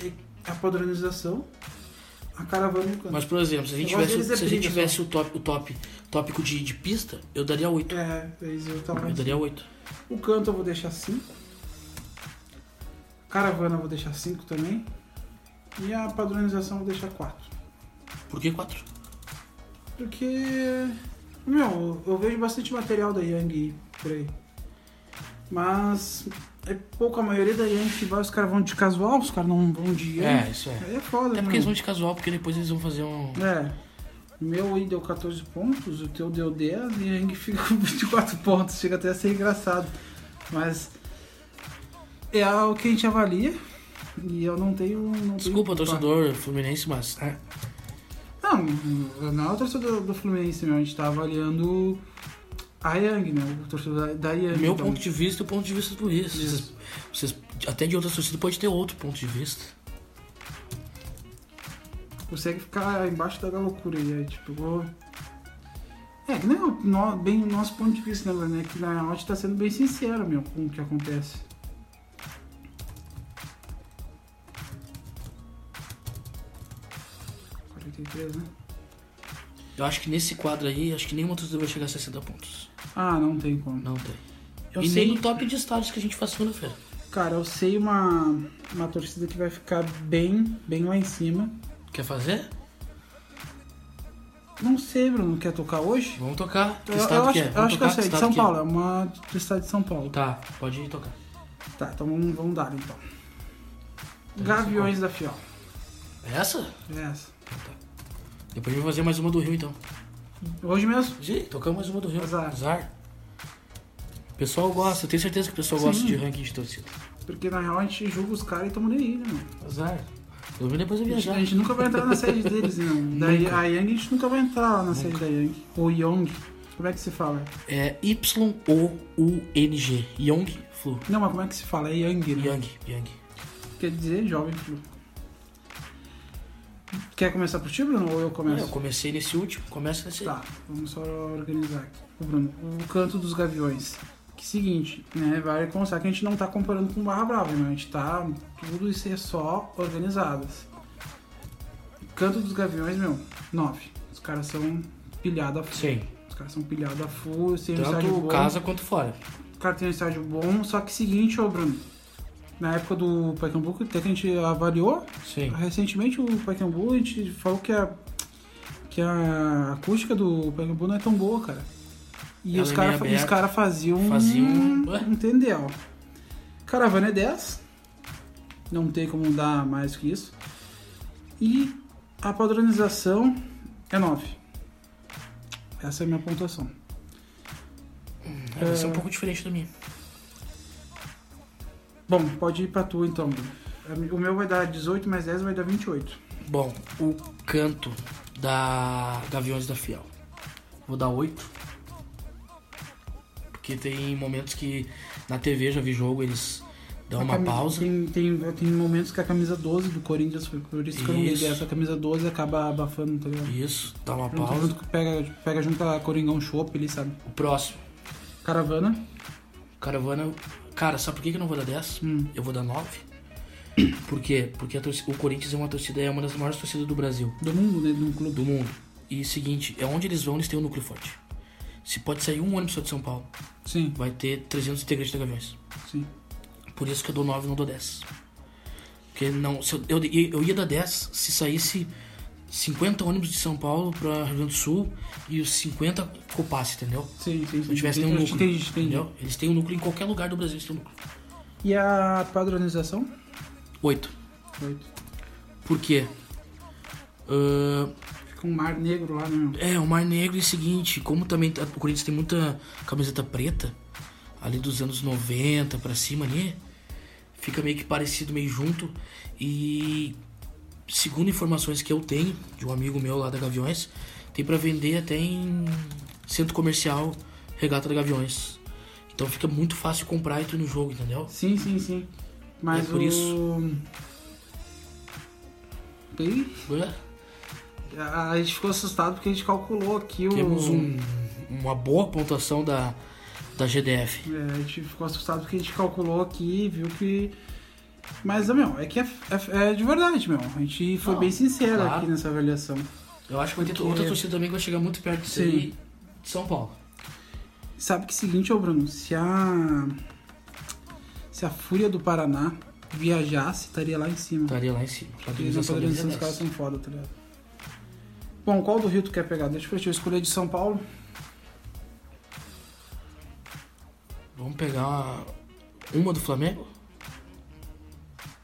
Speaker 1: é a padronização, a caravana e o canto.
Speaker 2: Mas, por exemplo, se a gente
Speaker 1: Eu gosto
Speaker 2: tivesse,
Speaker 1: deles é
Speaker 2: se a gente
Speaker 1: briga,
Speaker 2: tivesse o, top, o top, tópico de, de pista, eu daria 8.
Speaker 1: É, eles eu tava
Speaker 2: Eu daria 8.
Speaker 1: O canto eu vou deixar 5. Caravana eu vou deixar 5 também. E a padronização eu vou deixar 4.
Speaker 2: Por que 4?
Speaker 1: Porque. Meu, eu vejo bastante material da Yang por aí. Mas é pouco a maioria da Yang que vai, os caras vão de casual, os caras não vão de
Speaker 2: É,
Speaker 1: Yang.
Speaker 2: isso é.
Speaker 1: Aí é foda,
Speaker 2: É
Speaker 1: né?
Speaker 2: porque eles vão de casual, porque depois eles vão fazer um.
Speaker 1: É. O meu aí deu 14 pontos, o teu deu 10 e a Yang fica com 24 pontos. Chega até a ser engraçado. Mas é o que a gente avalia. E eu não tenho. Não tenho
Speaker 2: Desculpa,
Speaker 1: o que culpar.
Speaker 2: torcedor fluminense, mas. né?
Speaker 1: Não, não é o torcedor do Fluminense, meu. A gente tá avaliando a Yang, né? O torcedor da, da Yang.
Speaker 2: Meu
Speaker 1: então.
Speaker 2: ponto de vista é o ponto de vista do Luiz. Vocês,
Speaker 1: Isso.
Speaker 2: vocês- até de outras torcidas pode ter outro ponto de vista.
Speaker 1: Consegue ficar embaixo da loucura aí, é, tipo, eu vou... É, que nem o, no- bem o nosso ponto de vista, né, Lana? É Que na real a gente tá sendo bem sincero, meu, com o que acontece. "43", né?
Speaker 2: Eu acho que nesse quadro aí, acho que nenhuma torcida vai chegar a 60 pontos.
Speaker 1: Ah, não tem como.
Speaker 2: Não tem.
Speaker 1: Eu
Speaker 2: e
Speaker 1: sei,
Speaker 2: nem no top de estádios que a gente faz segunda-feira.
Speaker 1: cara, eu sei uma, uma torcida que vai ficar bem, bem lá em cima.
Speaker 2: Quer fazer?
Speaker 1: Não sei, Bruno, quer tocar hoje?
Speaker 2: Vamos tocar. Que
Speaker 1: Eu, eu
Speaker 2: estado
Speaker 1: acho,
Speaker 2: que é?
Speaker 1: eu
Speaker 2: Vamos
Speaker 1: acho que eu
Speaker 2: tocar?
Speaker 1: sei, de
Speaker 2: estado
Speaker 1: São
Speaker 2: que é?
Speaker 1: Paulo, é uma do estado de São Paulo.
Speaker 2: Tá, pode ir tocar.
Speaker 1: Tá, então vamos, vamos dar então. Gaviões da Fiel.
Speaker 2: É essa? tá.
Speaker 1: É essa.
Speaker 2: Depois a gente vai fazer mais uma do Rio, então.
Speaker 1: Hoje mesmo?
Speaker 2: Sim, tocamos mais uma do Rio.
Speaker 1: Azar.
Speaker 2: O pessoal gosta, eu tenho certeza que o pessoal gosta
Speaker 1: Sim.
Speaker 2: de ranking de torcida.
Speaker 1: Porque na real a gente julga os caras e tamo nem aí, né, mano?
Speaker 2: Azar. Eu vim depois eu
Speaker 1: A gente,
Speaker 2: viajar.
Speaker 1: a gente nunca vai entrar na sede deles, né? mano? Da
Speaker 2: Nunca.
Speaker 1: a Yang a gente nunca vai entrar lá na sede da Yang. Ou Yong. Como é que se fala?
Speaker 2: É Y-O-U-N-G. Young Flu.
Speaker 1: Não, mas como é que se fala? É Yang, né?
Speaker 2: Young, Young.
Speaker 1: Quer dizer jovem flu. Quer começar por ti, Bruno? Ou eu
Speaker 2: É, eu
Speaker 1: começo?
Speaker 2: comecei nesse último, começa nesse.
Speaker 1: Tá, vamos só organizar aqui. Ô, Bruno, o canto dos gaviões. Que seguinte, né? Vale constar que a gente não tá comparando com Barra Brava, né? A gente tá. Tudo isso é só organizadas. Canto dos gaviões, meu, 9. Os caras são pilhado a full.
Speaker 2: Sim.
Speaker 1: Os caras são pilhado a full, tem um estádio
Speaker 2: Tanto
Speaker 1: bom.
Speaker 2: casa quanto fora.
Speaker 1: O cara tem um estádio bom, só que seguinte, ô Bruno. Na época do Pacaembu, até que a gente avaliou,
Speaker 2: Sim.
Speaker 1: Recentemente o Pacaembu, a gente falou que a, que a acústica do Pacaembu não é tão boa, cara. E
Speaker 2: Ela
Speaker 1: os
Speaker 2: é
Speaker 1: caras
Speaker 2: meio
Speaker 1: fa- os
Speaker 2: aberta.
Speaker 1: cara faziam...
Speaker 2: Faziam um- Ué?
Speaker 1: Entendeu? Caravana é 10. Não tem como dar mais que isso. E a padronização é 9. Essa é a minha pontuação.
Speaker 2: É, vai ser um pouco diferente da minha.
Speaker 1: Bom, pode ir pra tu então. Bruno. O meu vai dar 18 mais 10 vai dar 28.
Speaker 2: Bom, o canto da Gaviões da Fiel. Vou dar 8. Porque tem momentos que na TV já vi jogo, eles dão
Speaker 1: A
Speaker 2: uma
Speaker 1: camisa-
Speaker 2: pausa.
Speaker 1: Tem, tem, tem momentos que a camisa 12 do Corinthians foi por isso que eu não
Speaker 2: Isso.
Speaker 1: liguei. Essa camisa 12 acaba abafando, tá ligado?
Speaker 2: Isso, dá uma
Speaker 1: Junto,
Speaker 2: pausa.
Speaker 1: junto que pega, pega junto a Coringão Chopp ali, sabe?
Speaker 2: O próximo,
Speaker 1: Caravana.
Speaker 2: Caravana. Cara, sabe por que que eu não vou dar 10?
Speaker 1: Hum.
Speaker 2: Eu vou dar 9. Por quê? Porque a torci- o Corinthians é uma torcida, é uma das maiores torcidas do Brasil.
Speaker 1: Do mundo, né? De um clube.
Speaker 2: do mundo. E seguinte, é onde eles vão, eles têm um núcleo forte. Se pode sair um ônibus só de São Paulo,
Speaker 1: Sim,
Speaker 2: vai ter 300 integrantes da Gaviões.
Speaker 1: sim.
Speaker 2: Por isso que eu dou 9 não dou 10. Porque não, se eu, eu, eu ia dar 10 se saísse 50 ônibus de São Paulo pra Rio Grande do Sul e os 50 copasse, entendeu?
Speaker 1: Sim, sim,
Speaker 2: Se
Speaker 1: sim.
Speaker 2: não tivesse nenhum
Speaker 1: Entendi,
Speaker 2: núcleo.
Speaker 1: entendi, entendi.
Speaker 2: Entendeu? Eles têm um núcleo em qualquer lugar do Brasil, eles têm um núcleo.
Speaker 1: E a padronização?
Speaker 2: 8.
Speaker 1: 8.
Speaker 2: Por quê? Ahn,
Speaker 1: Fica um mar negro lá, né? meu?
Speaker 2: É, o Mar Negro é o seguinte, como também tá- o Corinthians tem muita camiseta preta, ali dos anos 90 pra cima ali, fica meio que parecido, meio junto. E segundo informações que eu tenho, de um amigo meu lá da Gaviões, tem pra vender até em centro comercial Regata da Gaviões. Então Então fica muito fácil comprar e tu ir no jogo, entendeu?
Speaker 1: Sim, sim, sim. Mas
Speaker 2: É por
Speaker 1: o...
Speaker 2: isso.
Speaker 1: Ih,
Speaker 2: É.
Speaker 1: a a gente ficou assustado porque a gente calculou aqui o...
Speaker 2: Temos um- uma boa pontuação da, da GDF.
Speaker 1: É, a gente ficou assustado porque a gente calculou aqui, viu que... Mas, ó, meu, é que é, é- é de verdade, meu. A gente foi
Speaker 2: Não,
Speaker 1: bem sincero
Speaker 2: claro.
Speaker 1: aqui nessa avaliação.
Speaker 2: Eu acho que vai ter
Speaker 1: Porque-
Speaker 2: outra torcida também que vai chegar muito perto disso
Speaker 1: Sim.
Speaker 2: aí, de São Paulo.
Speaker 1: Sabe que é o seguinte, ô Bruno, se a... Se a Fúria do Paraná viajasse, estaria lá em cima.
Speaker 2: Estaria lá em cima.
Speaker 1: Porque na
Speaker 2: Padronização deles é
Speaker 1: padronização os
Speaker 2: 10.
Speaker 1: caras são foda, tá ligado? Bom, qual do Rio tu quer pegar? Deixa eu ver, deixa eu escolher de São Paulo.
Speaker 2: Vamos pegar uma, uma do Flamengo?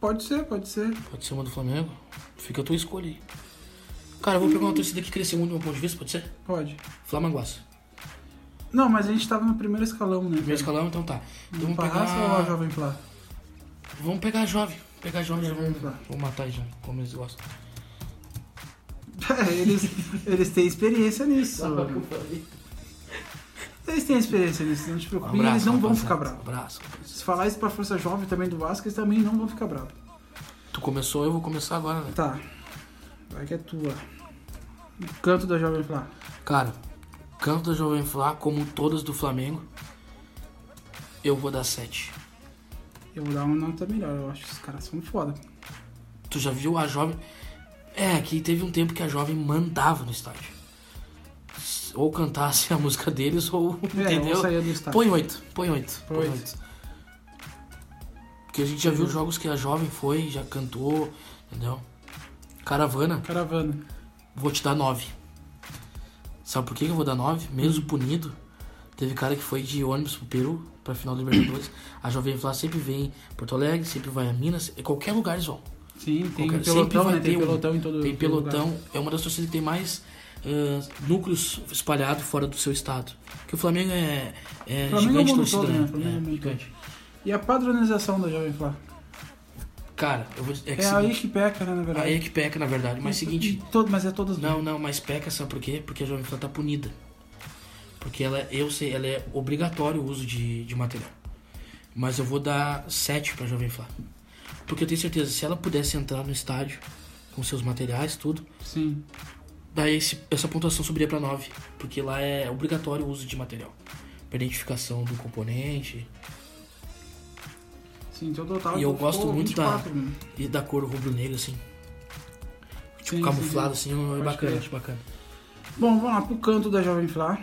Speaker 1: Pode ser, pode ser.
Speaker 2: Pode ser uma do Flamengo? Fica a tua escolha aí. Cara, eu vou pegar uma torcida que cresceu muito do meu ponto de vista, pode ser?
Speaker 1: Pode.
Speaker 2: Flamenguaça.
Speaker 1: Não, mas a gente tava no primeiro escalão, né?
Speaker 2: Primeiro escalão, então tá. Então
Speaker 1: Vamos
Speaker 2: vamos
Speaker 1: Parraça ou a
Speaker 2: pegar.
Speaker 1: Jovem Plá?
Speaker 2: Vamos pegar a jovem. Pegar a jovem, já vamos,
Speaker 1: Vamos lá.
Speaker 2: vamos matar já, como eles gostam.
Speaker 1: É, eles, eles têm experiência nisso.
Speaker 2: Um
Speaker 1: Eles têm experiência nisso, não te preocupe. E
Speaker 2: abraço,
Speaker 1: eles não vão
Speaker 2: rapaziada.
Speaker 1: ficar bravos.
Speaker 2: Abraço, rapaziada.
Speaker 1: Se falar isso pra Força Jovem também do Vasco, eles também não vão ficar bravos.
Speaker 2: Tu começou, eu vou começar agora, né?
Speaker 1: Tá. Vai que é tua. O canto da Jovem Plá.
Speaker 2: Cara, canto da Jovem Flá, como todas do Flamengo, eu vou dar 7.
Speaker 1: Eu vou dar uma nota melhor, eu acho que os caras são foda.
Speaker 2: Tu já viu a jovem. É, que teve um tempo que a jovem mandava no estádio. Ou cantasse a música deles, ou.
Speaker 1: É, eu
Speaker 2: entendeu?
Speaker 1: saía do estádio.
Speaker 2: Põe oito, põe oito, põe
Speaker 1: Oito.
Speaker 2: oito. Porque a gente já viu jogos que a jovem foi, já cantou, entendeu? Caravana,
Speaker 1: Caravana.
Speaker 2: vou te dar nove. Sabe por que que eu vou dar nove?
Speaker 1: Hum.
Speaker 2: Mesmo punido, teve cara que foi de ônibus pro Peru, pra final do Libertadores. A Jovem Flá sempre vem em Porto Alegre, sempre vai a Minas, em qualquer lugar eles vão.
Speaker 1: Sim, tem
Speaker 2: Qualquer- sempre
Speaker 1: pelotão,
Speaker 2: vai
Speaker 1: né? Tem
Speaker 2: ter um-
Speaker 1: pelotão em todo
Speaker 2: Tem
Speaker 1: todo lugar.
Speaker 2: pelotão, é uma das torcidas que tem mais ah, núcleos espalhados fora do seu estado. Porque o Flamengo é, é
Speaker 1: Flamengo é o
Speaker 2: gigante
Speaker 1: mundo
Speaker 2: torcida,
Speaker 1: todo, né?
Speaker 2: né?
Speaker 1: Flamengo é
Speaker 2: É,
Speaker 1: muito
Speaker 2: gigante.
Speaker 1: E a padronização da Jovem Flá?
Speaker 2: Cara, eu vou dizer. É,
Speaker 1: É,
Speaker 2: que
Speaker 1: aí
Speaker 2: seguinte,
Speaker 1: que peca, né, na
Speaker 2: aí,
Speaker 1: verdade?
Speaker 2: é que peca, na verdade. Mas seguinte,
Speaker 1: E Todo, mas é todas
Speaker 2: não, não, mas peca, sabe por quê? Porque a Jovem Flá tá punida. Porque ela, eu sei, ela é obrigatório o uso de, de material. Mas eu vou dar 7 pra Jovem Flá. Porque eu tenho certeza, se ela pudesse entrar no estádio com seus materiais, tudo,
Speaker 1: Sim.
Speaker 2: Daí esse- essa pontuação subiria pra 9, porque lá é obrigatório o uso de material. Pra identificação do componente
Speaker 1: Sim, então total.
Speaker 2: E eu
Speaker 1: ficou
Speaker 2: gosto muito da-
Speaker 1: 24, né?
Speaker 2: e da cor rubro-negra, assim. Tipo,
Speaker 1: Sim, sim,
Speaker 2: camuflado,
Speaker 1: sim.
Speaker 2: assim,
Speaker 1: Pode
Speaker 2: é bacana,
Speaker 1: crer.
Speaker 2: acho bacana.
Speaker 1: Bom, vamos lá pro canto da Jovem Flá.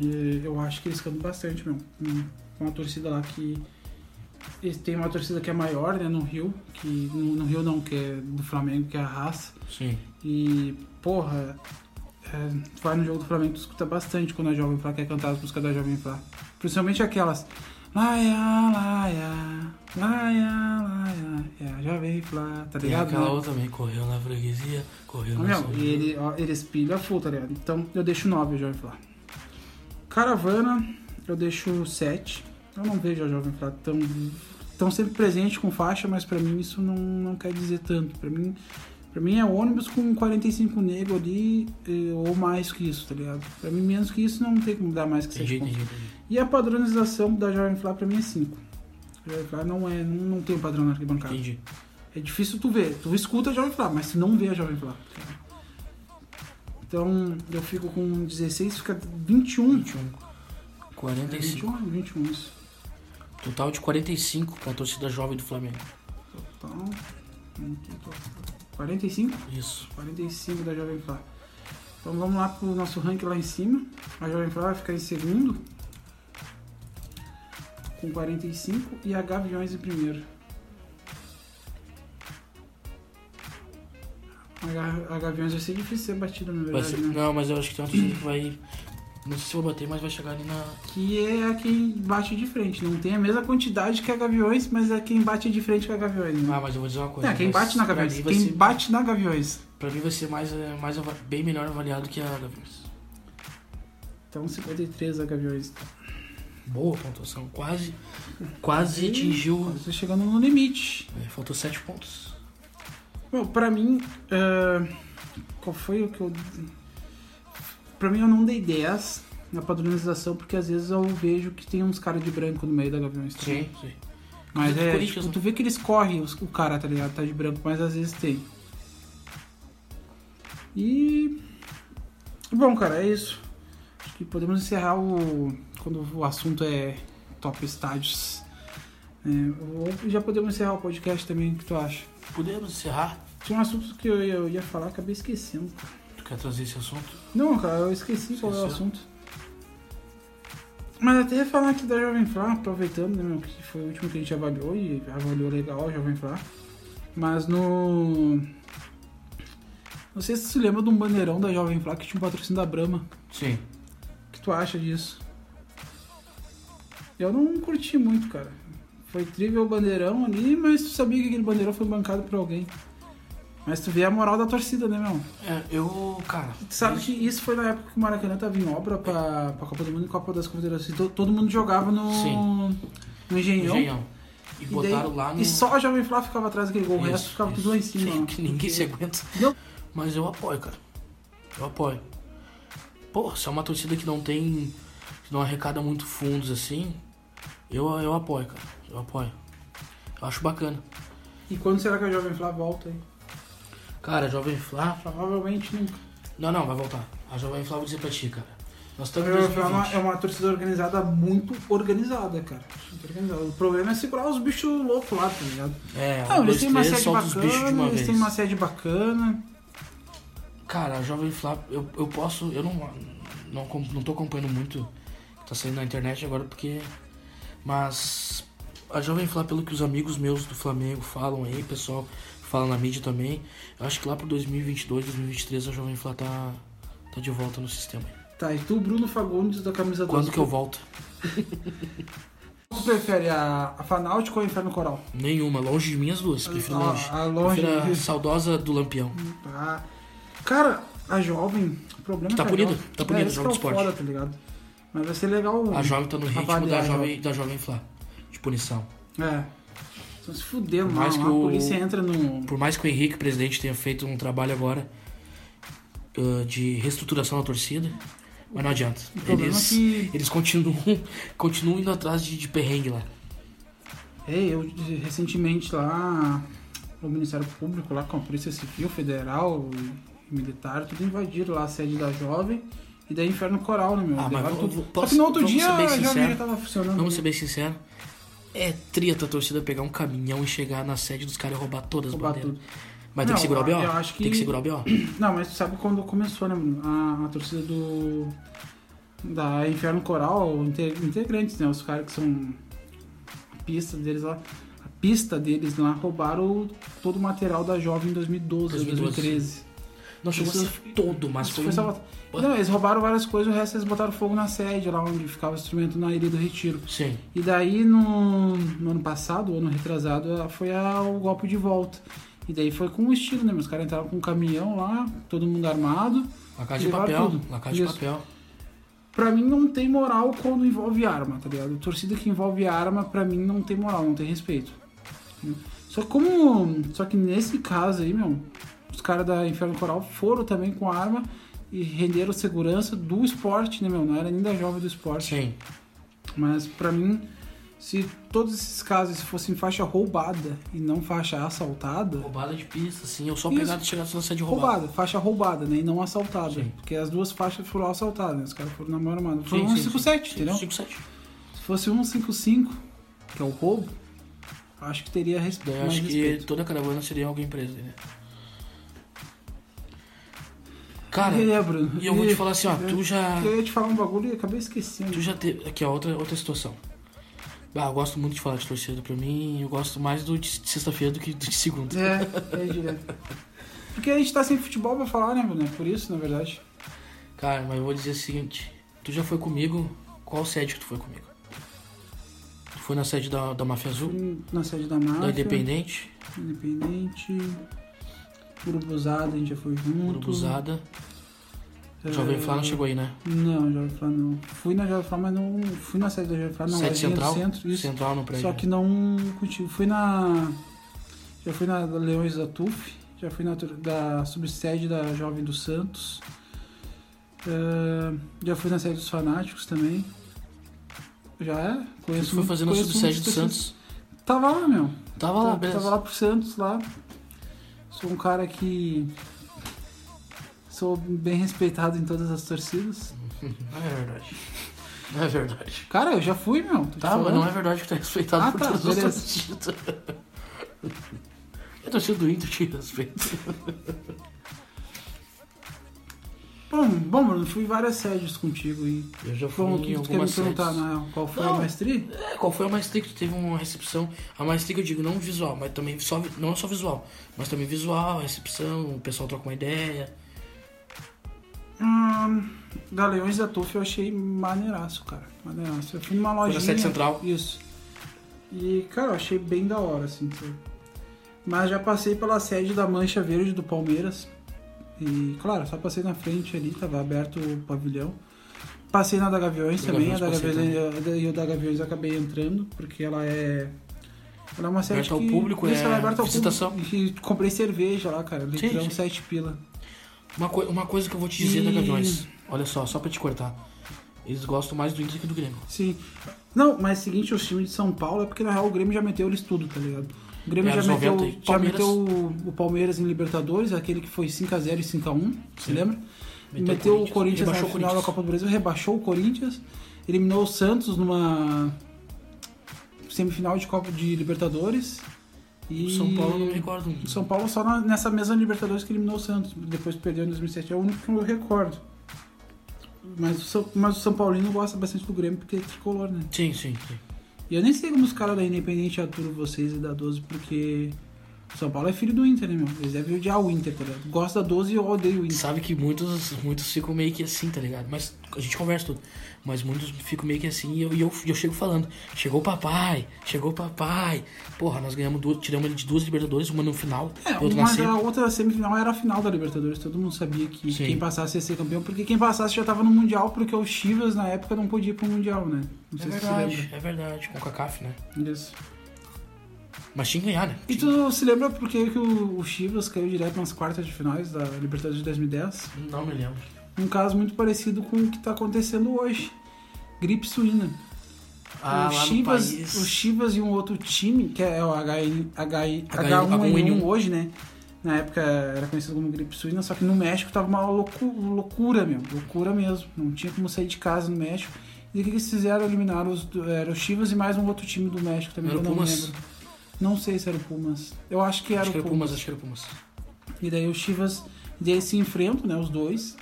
Speaker 1: E eu acho que eles cantam bastante, meu. Com- Com uma torcida lá que. Eles têm uma torcida que é maior, né, no Rio. Que no, no Rio não, que é do Flamengo, que é a raça.
Speaker 2: Sim.
Speaker 1: E, porra, é, tu vai no jogo do Flamengo, tu escuta bastante quando a Jovem Flá quer cantar as músicas da Jovem Flá. Principalmente aquelas. Laia, laia, laia, laia, é a Jovem Flá, tá
Speaker 2: Tem
Speaker 1: ligado?
Speaker 2: aquela
Speaker 1: né?
Speaker 2: outra também, correu na freguesia, correu
Speaker 1: Ô,
Speaker 2: na
Speaker 1: meu,
Speaker 2: sua-
Speaker 1: Tá e ele, ó, ele espilha full, tá ligado? Então eu deixo 9 a Jovem Flá. Caravana, eu deixo 7. Eu não vejo a Jovem Flá tão, tão sempre presente com faixa, mas pra mim isso não, não quer dizer tanto. Pra mim, pra mim é ônibus com 45 negro ali, eh, ou mais que isso, tá ligado? Pra mim, menos que isso não tem como dar mais que 7
Speaker 2: Entendi,
Speaker 1: pontos.
Speaker 2: entendi, entendi.
Speaker 1: E a padronização da Jovem Flá pra mim é 5. A Jovem Flá não, é, não, não tem padrão na arquibancada.
Speaker 2: Entendi.
Speaker 1: É difícil tu ver. Tu escuta a Jovem Flá, mas tu não vê a Jovem Flá. Então, eu fico com 16, fica 21.
Speaker 2: 21.
Speaker 1: É,
Speaker 2: 45.
Speaker 1: 21, 21 isso.
Speaker 2: um. É, Total de 45 pra torcida jovem do Flamengo.
Speaker 1: Então, 45?
Speaker 2: Isso.
Speaker 1: 45 da Jovem Flá. Então vamos lá pro nosso ranking lá em cima. A Jovem Flá vai ficar em segundo. Com 45 e a Gaviões em primeiro. A, Ga- a Gaviões vai ser difícil ser batida, na
Speaker 2: Vai
Speaker 1: verdade,
Speaker 2: ser-
Speaker 1: né?
Speaker 2: Não, mas eu acho que tem uma torcida que vai. Não sei se eu vou bater, mas vai chegar ali na.
Speaker 1: que é a quem bate de frente. Não tem a mesma quantidade que a Gaviões, mas é quem bate de frente com a Gaviões. né?
Speaker 2: Ah, mas eu vou dizer uma coisa.
Speaker 1: É, quem
Speaker 2: vai-
Speaker 1: bate na
Speaker 2: pra
Speaker 1: Gaviões.
Speaker 2: mim vai
Speaker 1: Quem
Speaker 2: ser-
Speaker 1: bate na Gaviões.
Speaker 2: Pra mim vai ser mais, eh, mais ava- bem melhor avaliado que a Gaviões.
Speaker 1: Então 53 a Gaviões.
Speaker 2: Boa pontuação, quase. Quase atingiu.
Speaker 1: Estou chegando no limite.
Speaker 2: eh, Faltou 7 pontos.
Speaker 1: Bom, pra mim, eh, é, qual foi o que eu. Pra mim, eu não dei 10. na padronização, porque às vezes eu vejo que tem uns caras de branco no meio da Gaviões. também.
Speaker 2: Sim, sim.
Speaker 1: Mas
Speaker 2: Coisa do
Speaker 1: é,
Speaker 2: Corinthians,
Speaker 1: tipo,
Speaker 2: né?
Speaker 1: tu vê que eles correm os- o cara, tá ligado? Tá de branco, mas às vezes tem. E. Bom, cara, é isso. Acho que podemos encerrar o. Quando o assunto é top estádios. É, ou já podemos encerrar o podcast também, o que tu acha?
Speaker 2: Podemos encerrar?
Speaker 1: Tinha um assunto que eu, eu ia falar, acabei esquecendo. cara.
Speaker 2: Tu quer trazer esse assunto?
Speaker 1: Não, cara, eu esqueci qual é o
Speaker 2: Esqueceu?
Speaker 1: assunto. Mas até ia falar aqui da Jovem Flá, aproveitando, né, meu, que foi o último que a gente avaliou e avaliou legal a Jovem Flá. Mas no. Não sei se você se lembra de um bandeirão da Jovem Flá que tinha um patrocínio da Brahma.
Speaker 2: Sim.
Speaker 1: O que tu acha disso? Eu não curti muito, cara. Foi trível o bandeirão ali, mas tu sabia que aquele bandeirão foi bancado por alguém. Mas tu vê a moral da torcida, né, meu?
Speaker 2: É, eu, cara.
Speaker 1: Tu sabe
Speaker 2: isso-
Speaker 1: que isso foi na época que o Maracanã tava em obra pra, pra Copa do Mundo e Copa das Confederações. To- Todo mundo jogava no,
Speaker 2: Sim.
Speaker 1: no Engenhão.
Speaker 2: Engenhão. E,
Speaker 1: é E,
Speaker 2: botaram
Speaker 1: daí-
Speaker 2: lá no.
Speaker 1: e só a Jovem Flá ficava atrás daquele gol, o
Speaker 2: Isso,
Speaker 1: resto ficava
Speaker 2: isso.
Speaker 1: tudo lá em cima.
Speaker 2: Sim,
Speaker 1: ó.
Speaker 2: que ninguém se aguenta.
Speaker 1: Não.
Speaker 2: Mas eu apoio, cara. Eu apoio. Porra, se é uma torcida que não tem. que não arrecada muito fundos assim, eu, eu apoio, cara. Eu apoio. Eu acho bacana.
Speaker 1: E quando será que a Jovem Flá volta aí?
Speaker 2: Cara, a Jovem Flá.
Speaker 1: Provavelmente nunca.
Speaker 2: Não, não, vai voltar. A Jovem Flá eu vou dizer pra ti, cara. Nós
Speaker 1: A
Speaker 2: estamos em
Speaker 1: Jovem Flá é uma,
Speaker 2: 2020.
Speaker 1: é uma torcida organizada muito organizada, cara. Muito organizada. O problema é segurar os bichos loucos lá, tá ligado?
Speaker 2: É,
Speaker 1: Não,
Speaker 2: um,
Speaker 1: eles
Speaker 2: dois,
Speaker 1: têm uma
Speaker 2: três,
Speaker 1: sede
Speaker 2: solta os bichos de uma
Speaker 1: bacana, eles
Speaker 2: vez.
Speaker 1: têm uma sede bacana.
Speaker 2: Cara, a Jovem Flá, eu, eu posso. Eu não, não, acom- não tô acompanhando muito o que tá saindo na internet agora porque. Mas a Jovem Flá, pelo que os amigos meus do Flamengo falam aí, pessoal fala na mídia também, eu acho que lá pro 2022, 2023 a Jovem Flá tá, tá de volta no sistema.
Speaker 1: Tá, e tu, Bruno Fagundes, da camisa
Speaker 2: Quando que eu
Speaker 1: vou?
Speaker 2: volto?
Speaker 1: Tu prefere a, a Fanáutico ou a Inferno Coral?
Speaker 2: Nenhuma, longe de mim as duas, prefiro longe.
Speaker 1: Então, A, a Ah, longe.
Speaker 2: Prefiro a saudosa do Lampião.
Speaker 1: Tá. Cara, a jovem, o problema
Speaker 2: Tá
Speaker 1: é que a
Speaker 2: punido,
Speaker 1: jovem-
Speaker 2: tá punido,
Speaker 1: é, isso
Speaker 2: jogo
Speaker 1: que é
Speaker 2: do esporte.
Speaker 1: Foda, tá ligado? Mas vai ser legal.
Speaker 2: A Jovem tá no ritmo
Speaker 1: avaliar
Speaker 2: da
Speaker 1: a
Speaker 2: Jovem, da jovem Flá, de punição.
Speaker 1: É. Estão se fudendo,
Speaker 2: Por
Speaker 1: mano.
Speaker 2: mais
Speaker 1: Que
Speaker 2: que o-
Speaker 1: A polícia entra no.
Speaker 2: Por mais que o Henrique, presidente, tenha feito um trabalho agora ah, de reestruturação da torcida, mas não adianta.
Speaker 1: O problema
Speaker 2: Eles,
Speaker 1: é que.
Speaker 2: eles continuam, continuam indo atrás de, de perrengue lá.
Speaker 1: É, eu recentemente lá. O Ministério Público, lá com a Polícia Civil, Federal e Militar, tudo invadiram lá a sede da jovem. E daí Inferno Coral, né, meu?
Speaker 2: Ah, mas
Speaker 1: Levaram
Speaker 2: vou-
Speaker 1: tudo.
Speaker 2: vou-
Speaker 1: Só
Speaker 2: posso-
Speaker 1: que no outro
Speaker 2: vamos
Speaker 1: dia
Speaker 2: ser bem
Speaker 1: a jovem já
Speaker 2: sincero.
Speaker 1: tava funcionando.
Speaker 2: Vamos ser bem sinceros. É treta a torcida pegar um caminhão e chegar na sede dos caras e roubar todas as
Speaker 1: Roubar
Speaker 2: bandeiras.
Speaker 1: tudo.
Speaker 2: Mas tem
Speaker 1: Não,
Speaker 2: que segurar o B.O.
Speaker 1: eu acho que-
Speaker 2: Tem que segurar o B.O.
Speaker 1: Não, mas tu sabe quando começou, né, mano? A, a torcida do. Da Inferno Coral, inte- integrantes, né? Os caras que são. A pista deles lá. A pista deles lá roubaram todo o material da jovem em 2012,
Speaker 2: 2012.
Speaker 1: 2013.
Speaker 2: Não chegou a
Speaker 1: Isso-
Speaker 2: ser todo, mas
Speaker 1: Isso
Speaker 2: foi,
Speaker 1: foi
Speaker 2: um-
Speaker 1: salvat-
Speaker 2: Ué?
Speaker 1: Não, eles roubaram várias coisas, o resto eles botaram fogo na sede, lá onde ficava o instrumento na Ilha do Retiro.
Speaker 2: Sim.
Speaker 1: E daí no, no ano passado, ano retrasado, a- foi a- o golpe de volta. E daí foi com o estilo, né? Os caras entraram com um caminhão lá, todo mundo armado.
Speaker 2: Lacagem de
Speaker 1: Levaram
Speaker 2: papel.
Speaker 1: tudo.
Speaker 2: Lacagem de
Speaker 1: Isso.
Speaker 2: papel.
Speaker 1: Pra mim não tem moral quando envolve arma, tá ligado? Torcida que envolve arma, pra mim não tem moral, não tem respeito. Só como. Só que nesse caso aí, meu, os caras da Inferno Coral foram também com arma e renderam segurança do esporte, né, meu? Não era nem da jovem do esporte.
Speaker 2: Sim.
Speaker 1: Mas pra mim, se todos esses casos fossem faixa roubada e não faixa assaltada,
Speaker 2: Roubada de pista, sim. Eu só
Speaker 1: Isso.
Speaker 2: pegado e chegado na sede roubada.
Speaker 1: roubada, faixa roubada, né? E não assaltada.
Speaker 2: Sim.
Speaker 1: Porque as duas faixas foram assaltadas, né? Os caras foram na mão armada. Foi
Speaker 2: Sim,
Speaker 1: um
Speaker 2: sim,
Speaker 1: 57,
Speaker 2: sim.
Speaker 1: entendeu?
Speaker 2: 5-7.
Speaker 1: Se fosse 155, que é o roubo, acho que teria res...
Speaker 2: Daí eu
Speaker 1: mais
Speaker 2: acho
Speaker 1: respeito.
Speaker 2: que toda caravana seria alguém preso, né? Cara,
Speaker 1: e
Speaker 2: e
Speaker 1: é, Bruno?
Speaker 2: eu vou te
Speaker 1: E-
Speaker 2: falar assim, ó,
Speaker 1: eu-
Speaker 2: tu já.
Speaker 1: Eu ia te falar um bagulho e acabei esquecendo.
Speaker 2: Tu já teve. Aqui, ó, outra, outra situação. Ah, eu gosto muito de falar de torcida. Pra mim, eu gosto mais do de sexta-feira do que do de segunda.
Speaker 1: É, é direto. Porque a gente tá sem futebol pra falar, né, Bruno? É por isso, na verdade.
Speaker 2: Cara, mas eu vou dizer o seguinte: tu já foi comigo? Qual sede que tu foi comigo? Tu foi na sede da, da Máfia Azul?
Speaker 1: Fui Na sede da Máfia.
Speaker 2: Da Independente?
Speaker 1: Independente. Urubuzada, a gente já foi junto.
Speaker 2: Urubuzada?
Speaker 1: É,
Speaker 2: Jovem Flá não chegou aí, né?
Speaker 1: Não, Jovem Flá não. Fui na Jovem Flá, mas não. Fui na sede da Jovem Flá, não.
Speaker 2: Sede
Speaker 1: lojinha do
Speaker 2: Central?
Speaker 1: Centro, isso.
Speaker 2: Central no prédio. né?
Speaker 1: Só que não contigo. Fui na. Já fui na Leões da TUF, já fui na tur- da subsede da Jovem dos Santos. Ah, já fui na sede dos fanáticos também. Já é?
Speaker 2: Você
Speaker 1: Conheço
Speaker 2: foi fazer no
Speaker 1: conheço
Speaker 2: subsede
Speaker 1: muitas
Speaker 2: do
Speaker 1: pessoas.
Speaker 2: Santos.
Speaker 1: Tava lá, meu.
Speaker 2: Tava lá,
Speaker 1: Tá-
Speaker 2: beleza.
Speaker 1: Tava lá pro Santos lá. Sou um cara que. Sou bem respeitado em todas as torcidas.
Speaker 2: Não é verdade. Não é verdade.
Speaker 1: Cara, eu já fui, meu. tô te
Speaker 2: Tá, mas
Speaker 1: falando.
Speaker 2: não é verdade que tu é respeitado
Speaker 1: Ah,
Speaker 2: por
Speaker 1: tá,
Speaker 2: todas as
Speaker 1: beleza.
Speaker 2: torcidas. Eu torcida do Inter te respeito.
Speaker 1: Bom, bom, Bruno, fui em várias sedes contigo e.
Speaker 2: Eu já fui
Speaker 1: Bom, o
Speaker 2: em
Speaker 1: um que tu quer me
Speaker 2: algumas
Speaker 1: perguntar, né?
Speaker 2: sedes.
Speaker 1: na real? Qual foi
Speaker 2: Não.
Speaker 1: a maestria?
Speaker 2: É, qual foi a mais trick que tu teve uma recepção? A mais trick eu digo não visual, mas também só vi- não é só visual, mas também visual, recepção, o pessoal troca uma ideia.
Speaker 1: Hum, da Leões da Tuf eu achei maneiraço, cara. Maneiraço. Eu fui numa
Speaker 2: Foi
Speaker 1: lojinha.
Speaker 2: na sede central.
Speaker 1: Isso. E, cara, eu achei bem da hora, assim. sabe? Mas já passei pela sede da Mancha Verde do Palmeiras. E, claro, só passei na frente ali, tava aberto o pavilhão. Passei na da Gaviões
Speaker 2: Da
Speaker 1: também,
Speaker 2: Gaviões
Speaker 1: a da
Speaker 2: passei
Speaker 1: Gaviões, e o da Gaviões eu acabei entrando, porque ela é. Ela é uma sede
Speaker 2: Aberta ao
Speaker 1: que-
Speaker 2: público,
Speaker 1: isso,
Speaker 2: é
Speaker 1: ela é aberta ao
Speaker 2: visitação.
Speaker 1: público. E comprei cerveja lá, cara. Litrão,
Speaker 2: sim.
Speaker 1: 7 pila.
Speaker 2: Uma, coi- uma coisa que eu vou te dizer da
Speaker 1: E-
Speaker 2: Gaviões, olha só, só pra te cortar. Eles gostam mais do Inter que do Grêmio.
Speaker 1: Sim. Não, mas é o seguinte, os times de São Paulo é porque na real o Grêmio já meteu eles tudo, tá ligado? O Grêmio
Speaker 2: É,
Speaker 1: já
Speaker 2: os
Speaker 1: meteu,
Speaker 2: 90 e
Speaker 1: já
Speaker 2: Palmeiras.
Speaker 1: meteu o, o Palmeiras em Libertadores, aquele que foi 5x0 e 5x1, se
Speaker 2: Sim.
Speaker 1: lembra?
Speaker 2: Meteu o
Speaker 1: Meteu, o
Speaker 2: Corinthians,
Speaker 1: Corinthians na
Speaker 2: rebaixou o
Speaker 1: final da
Speaker 2: Corinthians.
Speaker 1: Copa do Brasil, rebaixou o Corinthians, eliminou o Santos numa semifinal de Copa de Libertadores. E
Speaker 2: O São Paulo eu não me recordo.
Speaker 1: o São Paulo só na- nessa mesma Libertadores que eliminou o Santos, depois perdeu em 2007, é o único que eu recordo. Mas o, São, mas o São Paulino gosta bastante do Grêmio porque é tricolor, né?
Speaker 2: Sim, sim, sim.
Speaker 1: E eu nem sei como os caras da Independente aturam vocês e da 12, porque o São Paulo é filho do Inter, né, meu? Eles devem odiar o Inter, tá ligado? Gosta da 12 e eu odeio o
Speaker 2: E
Speaker 1: Inter.
Speaker 2: sabe que muitos, muitos ficam meio que assim, tá ligado? Mas a gente conversa tudo. Mas muitos ficam meio que assim e eu, e eu, e eu chego falando. Chegou o papai, chegou o papai. Porra, nós ganhamos duas, tiramos ele de duas Libertadores, uma no final
Speaker 1: É,
Speaker 2: e outra na
Speaker 1: mas
Speaker 2: semi.
Speaker 1: a outra semifinal era a final da Libertadores, todo mundo sabia que
Speaker 2: Sim.
Speaker 1: quem passasse ia ser campeão, porque quem passasse já tava no Mundial, porque o Chivas na época não podia ir pro Mundial, né? Não
Speaker 2: É
Speaker 1: sei se você
Speaker 2: verdade, é verdade, com o Cacaf, né?
Speaker 1: lembra. Isso.
Speaker 2: Mas tinha que ganhar, né?
Speaker 1: E tu se lembra por que que o o Chivas caiu direto nas quartas de finais da Libertadores de 2010?
Speaker 2: Não me lembro.
Speaker 1: Um caso muito parecido com o que tá acontecendo hoje. Gripe suína.
Speaker 2: Ah,
Speaker 1: o,
Speaker 2: lá
Speaker 1: Chivas,
Speaker 2: no país.
Speaker 1: o Chivas e um outro time, que é o HN, H1N1
Speaker 2: H1N1
Speaker 1: hoje, né? Na época era conhecido como gripe suína, só que no México tava uma loucu- loucura mesmo, loucura mesmo. Não tinha como sair de casa no México. E o que que eles fizeram? Eliminaram os, do- era o Chivas e mais um outro time do México também,
Speaker 2: Era
Speaker 1: eu
Speaker 2: o
Speaker 1: não
Speaker 2: Pumas?
Speaker 1: lembro. Não sei se era o Pumas. Eu acho que era
Speaker 2: Acho que
Speaker 1: o
Speaker 2: era o
Speaker 1: Pumas.
Speaker 2: Pumas, acho que era o Pumas.
Speaker 1: E daí o Chivas, e daí eles se enfrentam, né, os dois.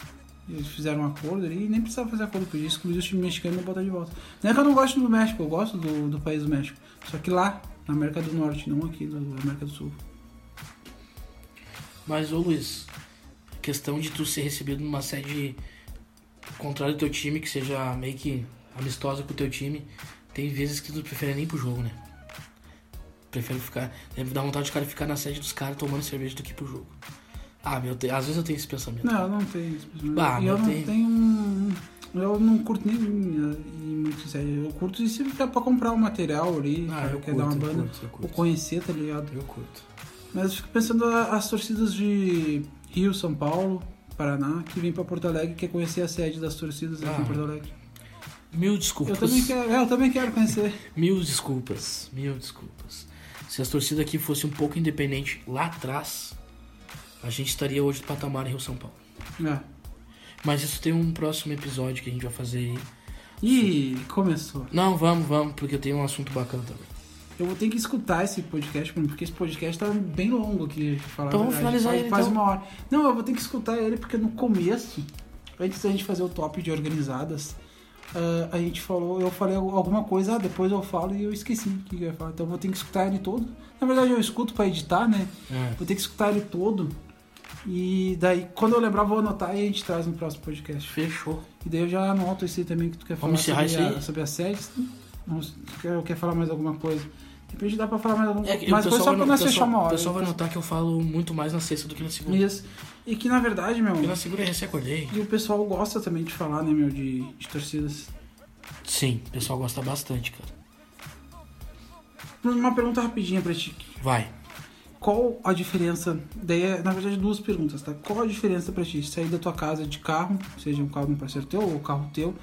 Speaker 1: Eles fizeram um acordo ali e nem precisava fazer acordo, podia excluir o time mexicano e botar de volta. Não é que eu não gosto do México, eu gosto do, do país do México. Só que lá, na América do Norte, não aqui na América do Sul.
Speaker 2: Mas, ô Luiz, questão de tu ser recebido numa sede contrária do teu time, que seja meio que amistosa com o teu time, tem vezes que tu prefere nem ir pro jogo, né? Prefiro ficar. Deve dar vontade de cara ficar na sede dos caras tomando cerveja do que ir pro jogo. Ah, meu, te- às vezes eu tenho esse pensamento.
Speaker 1: Não, eu não tem isso.
Speaker 2: Bah,
Speaker 1: e eu
Speaker 2: não
Speaker 1: não
Speaker 2: tem.
Speaker 1: tenho um. Eu não curto nem ir muito sério. Eu curto se dá pra comprar o material ali,
Speaker 2: Ah,
Speaker 1: cara,
Speaker 2: eu
Speaker 1: quer dar uma
Speaker 2: curto, eu
Speaker 1: banda,
Speaker 2: curto, eu
Speaker 1: ou
Speaker 2: curto.
Speaker 1: conhecer, tá ligado?
Speaker 2: Eu curto.
Speaker 1: Mas eu fico pensando a- as torcidas de Rio, São Paulo, Paraná, que vem pra Porto Alegre, quer conhecer a sede das torcidas aqui
Speaker 2: Ah,
Speaker 1: em Porto Alegre.
Speaker 2: Mil
Speaker 1: Eu
Speaker 2: desculpas.
Speaker 1: também quero, é, eu também quero conhecer.
Speaker 2: Mil desculpas, mil desculpas. Se as torcidas aqui fossem um pouco independente lá atrás, a gente estaria hoje no patamar em Rio São Paulo.
Speaker 1: É.
Speaker 2: Mas isso tem um próximo episódio que a gente vai fazer aí.
Speaker 1: E começou.
Speaker 2: Não, vamos, vamos, porque eu tenho um assunto bacana também.
Speaker 1: Eu vou ter que escutar esse podcast, porque esse podcast tá bem longo aqui, pra falar
Speaker 2: Então
Speaker 1: a
Speaker 2: vamos
Speaker 1: verdade.
Speaker 2: finalizar
Speaker 1: faz,
Speaker 2: ele,
Speaker 1: faz
Speaker 2: então.
Speaker 1: uma hora. Não, eu vou ter que escutar ele, porque no começo, antes da gente fazer o top de organizadas, ah, a gente falou, eu falei alguma coisa, ah, depois eu falo e eu esqueci o que eu ia falar. Então eu vou ter que escutar ele todo. Na verdade, eu escuto pra editar, né?
Speaker 2: É.
Speaker 1: Vou ter que escutar ele todo. E daí, quando eu lembrar, vou anotar e a gente traz no próximo podcast.
Speaker 2: Fechou.
Speaker 1: E daí eu já anoto esse aí também que tu quer falar
Speaker 2: Vamos encerrar
Speaker 1: sobre,
Speaker 2: isso
Speaker 1: a,
Speaker 2: aí?
Speaker 1: sobre a sede. Vamos, tu quer, quer falar mais alguma coisa? De repente dá pra falar mais alguma
Speaker 2: É
Speaker 1: coisa.
Speaker 2: que
Speaker 1: Mas
Speaker 2: o
Speaker 1: foi
Speaker 2: pessoal
Speaker 1: só
Speaker 2: vai
Speaker 1: pra
Speaker 2: no-
Speaker 1: nós fechar
Speaker 2: pessoal-
Speaker 1: uma hora.
Speaker 2: O pessoal vai notar que eu falo muito mais na sexta do que na segunda.
Speaker 1: Isso. E que na verdade, meu.
Speaker 2: Porque na segunda eu recém-acordei.
Speaker 1: E o pessoal gosta também de falar, né, meu, de, de torcidas.
Speaker 2: Sim, o pessoal gosta bastante, cara.
Speaker 1: Uma pergunta rapidinha pra ti.
Speaker 2: Vai.
Speaker 1: qual a diferença? Daí, é, na verdade, duas perguntas, tá? Qual a diferença pra ti sair da tua casa de carro, seja um carro de um parceiro teu ou carro teu,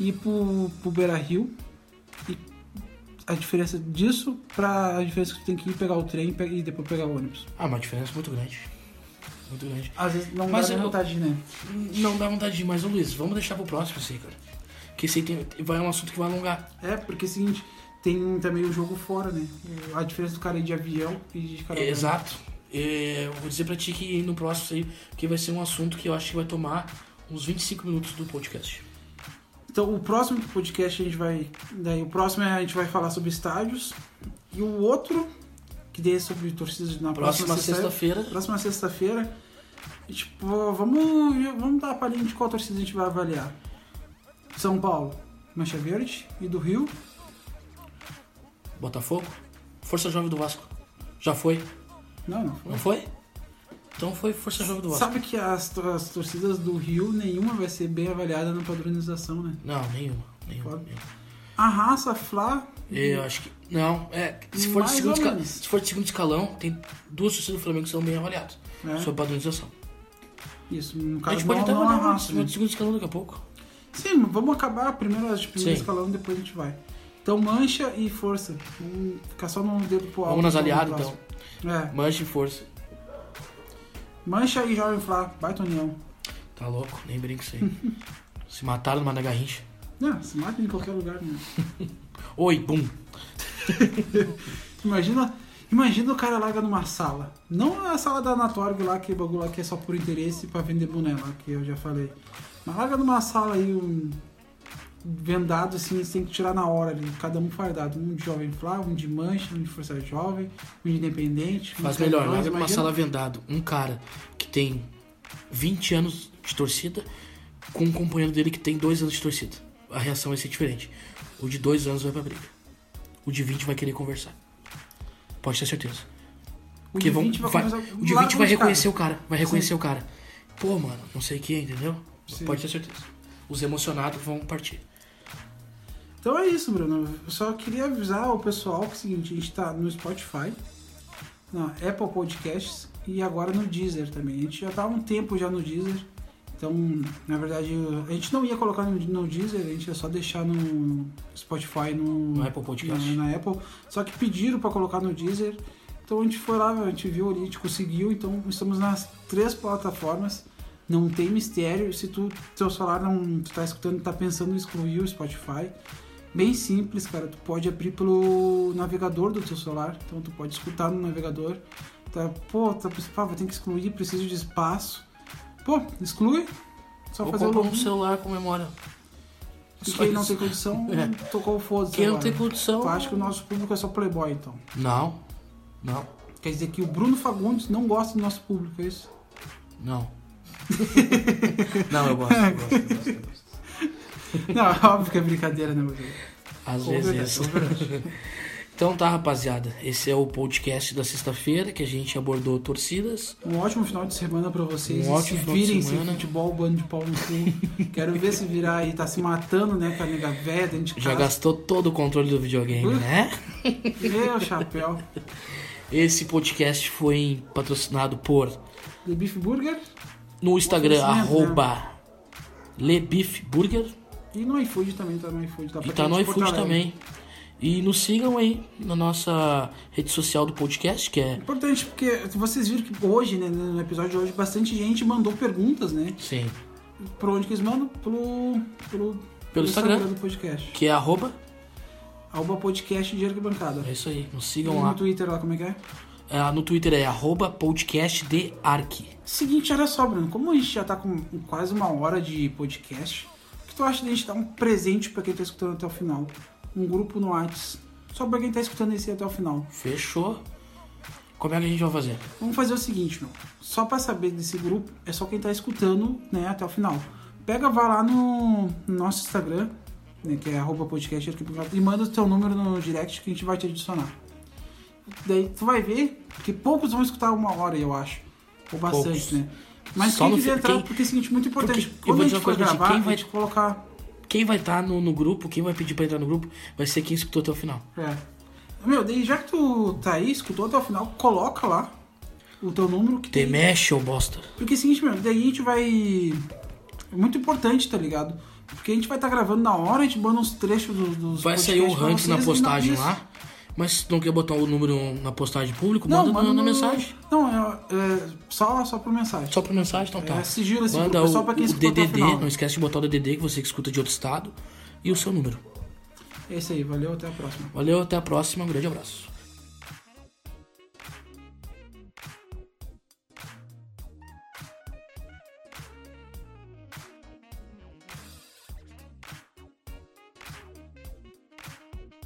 Speaker 1: ir pro, pro Beira Rio? E a diferença disso pra a diferença que tu tem que ir pegar o trem pe- e depois pegar o ônibus?
Speaker 2: Ah, uma diferença muito grande. Muito grande.
Speaker 1: Às vezes não
Speaker 2: Mas
Speaker 1: dá nem
Speaker 2: eu-
Speaker 1: vontade, né?
Speaker 2: Não dá vontade de ir, mas ô Luiz, vamos deixar pro próximo isso aí, cara. Que esse aí tem, vai é um assunto que vai alongar.
Speaker 1: É, porque é o seguinte, tem também o jogo fora, né? A diferença do cara ir de avião e de cara
Speaker 2: Exato. É, eu vou dizer pra ti que no próximo isso aí, que vai ser um assunto que eu acho que vai tomar uns 25 minutos do podcast.
Speaker 1: Então, o próximo podcast a gente vai. Daí, o próximo é a gente vai falar sobre estádios. E o outro, que daí é sobre torcidas na próxima,
Speaker 2: Próxima
Speaker 1: sexta-
Speaker 2: sexta-feira.
Speaker 1: Próxima sexta-feira. E, Tipo, vamos, vamos dar a palhinha de qual torcida a gente vai avaliar. São Paulo, Mancha Verde e do Rio.
Speaker 2: Botafogo. Força Jovem do Vasco. Já foi?
Speaker 1: Não, não.
Speaker 2: Não foi? Então foi Força Jovem do Vasco.
Speaker 1: Sabe que as, to- as torcidas do Rio, nenhuma vai ser bem avaliada na padronização, né?
Speaker 2: Não, nenhuma. Nenhuma.
Speaker 1: Pode.
Speaker 2: nenhuma.
Speaker 1: A raça, Fla.
Speaker 2: Eu acho que. Não, é. Se for,
Speaker 1: Mais
Speaker 2: de segundo
Speaker 1: ou
Speaker 2: esca-
Speaker 1: menos.
Speaker 2: se for de segundo escalão, tem duas torcidas do Flamengo que são bem avaliadas.
Speaker 1: É.
Speaker 2: Sobre padronização.
Speaker 1: Isso, no caso,
Speaker 2: a gente pode
Speaker 1: não,
Speaker 2: até
Speaker 1: não a
Speaker 2: mandar um
Speaker 1: raça. né?
Speaker 2: segundo segundo escalão daqui a pouco.
Speaker 1: Sim, vamos acabar primeiro as de primeiro
Speaker 2: Sim.
Speaker 1: escalão, depois a gente vai. Então mancha e força. Vamos ficar só no dedo pro alto.
Speaker 2: Vamos nas
Speaker 1: só no
Speaker 2: aliadas,
Speaker 1: próximo.
Speaker 2: então.
Speaker 1: É.
Speaker 2: Manche e força.
Speaker 1: Mancha e jovem flá, baita união.
Speaker 2: Tá louco, nem brinco isso aí. Se mataram numa da garrincha.
Speaker 1: Não, se mata em qualquer lugar, né?
Speaker 2: Oi, bum.
Speaker 1: Imagina, imagina o cara larga numa sala. Não a sala da Anatorg lá, que é bagulho lá que é só por interesse pra vender boné lá, que eu já falei. Mas larga numa sala aí um vendado assim, você tem que tirar na hora ali, cada um fardado. Um de jovem flá, um de mancha, um de força jovem, um de independente. um
Speaker 2: Faz
Speaker 1: de
Speaker 2: melhor,
Speaker 1: Caridoso,
Speaker 2: larga numa
Speaker 1: imagina.
Speaker 2: sala vendado. Um cara que tem 20 anos de torcida com um companheiro dele que tem 2 anos de torcida. A reação vai ser diferente. O de 2 anos vai pra briga. O de 20 vai querer conversar. Pode ter certeza.
Speaker 1: O de
Speaker 2: Porque vão,
Speaker 1: 20 vai,
Speaker 2: vai-
Speaker 1: começar-
Speaker 2: o de
Speaker 1: lá
Speaker 2: 20 vai
Speaker 1: de casa.
Speaker 2: reconhecer o cara. Vai reconhecer o cara. Pô, mano, não sei quem, entendeu?
Speaker 1: Sim.
Speaker 2: Pode ter certeza. Os emocionados vão partir.
Speaker 1: Então é isso, Bruno. Eu só queria avisar o pessoal que é o seguinte, a gente tá no Spotify, na Apple Podcasts e agora no Deezer também. A gente já tá há um tempo já no Deezer. Então, na verdade, a gente não ia colocar no, no Deezer, a gente ia só deixar no Spotify, no,
Speaker 2: No Apple Podcast.
Speaker 1: Na, na Apple. Só que pediram pra colocar no Deezer. Então a gente foi lá, a gente viu ali, a gente conseguiu. Então estamos nas três plataformas. Não tem mistério. Se tu teu celular não tu tá escutando, tá pensando em excluir o Spotify, bem simples, cara. Tu pode abrir pelo navegador do teu celular. Então tu pode escutar no navegador. Tá, pô, tá, pá, vou ter que excluir, preciso de espaço. Pô, exclui. Só
Speaker 2: Ou
Speaker 1: fazer o
Speaker 2: compra um
Speaker 1: login.
Speaker 2: celular com memória.
Speaker 1: E
Speaker 2: Só
Speaker 1: quem não
Speaker 2: isso.
Speaker 1: tem condição,
Speaker 2: É.
Speaker 1: tocou o foda-se.
Speaker 2: Quem não
Speaker 1: agora.
Speaker 2: tem condição.
Speaker 1: Tu acha que o nosso público é só playboy, então?
Speaker 2: Não. Não.
Speaker 1: Quer dizer que o Bruno Fagundes não gosta do nosso público, é isso?
Speaker 2: Não. não, eu gosto, eu gosto, eu gosto, eu gosto.
Speaker 1: Não, é óbvio que é brincadeira, né, meu filho?
Speaker 2: Às
Speaker 1: Com
Speaker 2: vezes. é assim. então tá, rapaziada. Esse é o podcast da sexta-feira que a gente abordou torcidas.
Speaker 1: Um ótimo final de semana pra vocês.
Speaker 2: Um
Speaker 1: E
Speaker 2: ótimo
Speaker 1: se
Speaker 2: final de
Speaker 1: virem sem
Speaker 2: semana.
Speaker 1: futebol, bando de pau no cu. Quero ver se virar aí, tá se matando, né, com a nega velha dentro de casa.
Speaker 2: Já gastou todo o controle do videogame, né?
Speaker 1: Meu É, chapéu.
Speaker 2: Esse podcast foi patrocinado por
Speaker 1: The Beef Burger
Speaker 2: no Instagram,
Speaker 1: Oferecimento, né?
Speaker 2: arroba LeBifBurger.
Speaker 1: e no iFood também, tá no iFood. Tá
Speaker 2: E tá no iFood também. E nos sigam aí na nossa rede social do podcast, que é.
Speaker 1: Importante, porque vocês viram que hoje, né, no episódio de hoje, bastante gente mandou perguntas, né?
Speaker 2: Sim.
Speaker 1: Por onde que eles mandam? Pelo, pelo,
Speaker 2: Instagram.
Speaker 1: do podcast.
Speaker 2: Que é arroba.
Speaker 1: Alba Podcast de Arquibancada.
Speaker 2: É isso aí. Nos
Speaker 1: E
Speaker 2: sigam lá.
Speaker 1: no Twitter lá, como é que é?
Speaker 2: Ah, no Twitter é arroba podcast de Arque.
Speaker 1: Seguinte, olha só, Bruno, como a gente já tá com quase uma hora de podcast, o que tu acha de a gente dar um presente pra quem tá escutando até o final? Um grupo no Whats, só pra quem tá escutando esse até o final.
Speaker 2: Fechou. Como é que a gente vai fazer?
Speaker 1: Vamos fazer o seguinte, meu. Só pra saber desse grupo, é só quem tá escutando, né, até o final. Pega, vai lá no no nosso Instagram, né, que é arroba podcast, arquibancada, e manda o teu número no direct que a gente vai te adicionar. Daí tu vai ver, porque poucos vão escutar uma hora, eu acho. Ou bastante,
Speaker 2: Poucos.
Speaker 1: né? Mas
Speaker 2: Só
Speaker 1: quem
Speaker 2: no
Speaker 1: quiser
Speaker 2: fi-
Speaker 1: entrar,
Speaker 2: quem-
Speaker 1: porque é o seguinte, muito importante.
Speaker 2: porque eu
Speaker 1: quando
Speaker 2: vou
Speaker 1: a
Speaker 2: dizer
Speaker 1: gente
Speaker 2: uma
Speaker 1: for
Speaker 2: coisa pra ti,
Speaker 1: gravar,
Speaker 2: quem
Speaker 1: a
Speaker 2: vai-
Speaker 1: gente colocar.
Speaker 2: Quem vai estar no, no grupo, quem vai pedir pra entrar no grupo, vai ser quem escutou até o final.
Speaker 1: É. Meu, daí já que tu tá aí, escutou até o final, coloca lá. o teu número que
Speaker 2: Te mexe, ô bosta.
Speaker 1: Porque é o seguinte, meu, daí a gente vai. É muito importante, tá ligado? Porque a gente vai estar gravando na hora, a gente manda uns trechos do- dos.
Speaker 2: Vai
Speaker 1: podcasts
Speaker 2: sair o
Speaker 1: pra
Speaker 2: ranking na
Speaker 1: vocês e
Speaker 2: postagem
Speaker 1: isso.
Speaker 2: lá. Mas tu não quer botar o número na postagem público?
Speaker 1: Não,
Speaker 2: manda,
Speaker 1: manda
Speaker 2: na
Speaker 1: no-
Speaker 2: mensagem.
Speaker 1: Não, é, é só, só por mensagem.
Speaker 2: Só por mensagem, então tá.
Speaker 1: É, sigilo esse
Speaker 2: manda
Speaker 1: grupo,
Speaker 2: o,
Speaker 1: só pra quem
Speaker 2: o
Speaker 1: escutou até o
Speaker 2: DDD,
Speaker 1: final.
Speaker 2: não esquece de botar o DDD que você que escuta de outro estado. E o seu número.
Speaker 1: É isso aí, valeu, até a próxima.
Speaker 2: Valeu, até a próxima. Um grande abraço.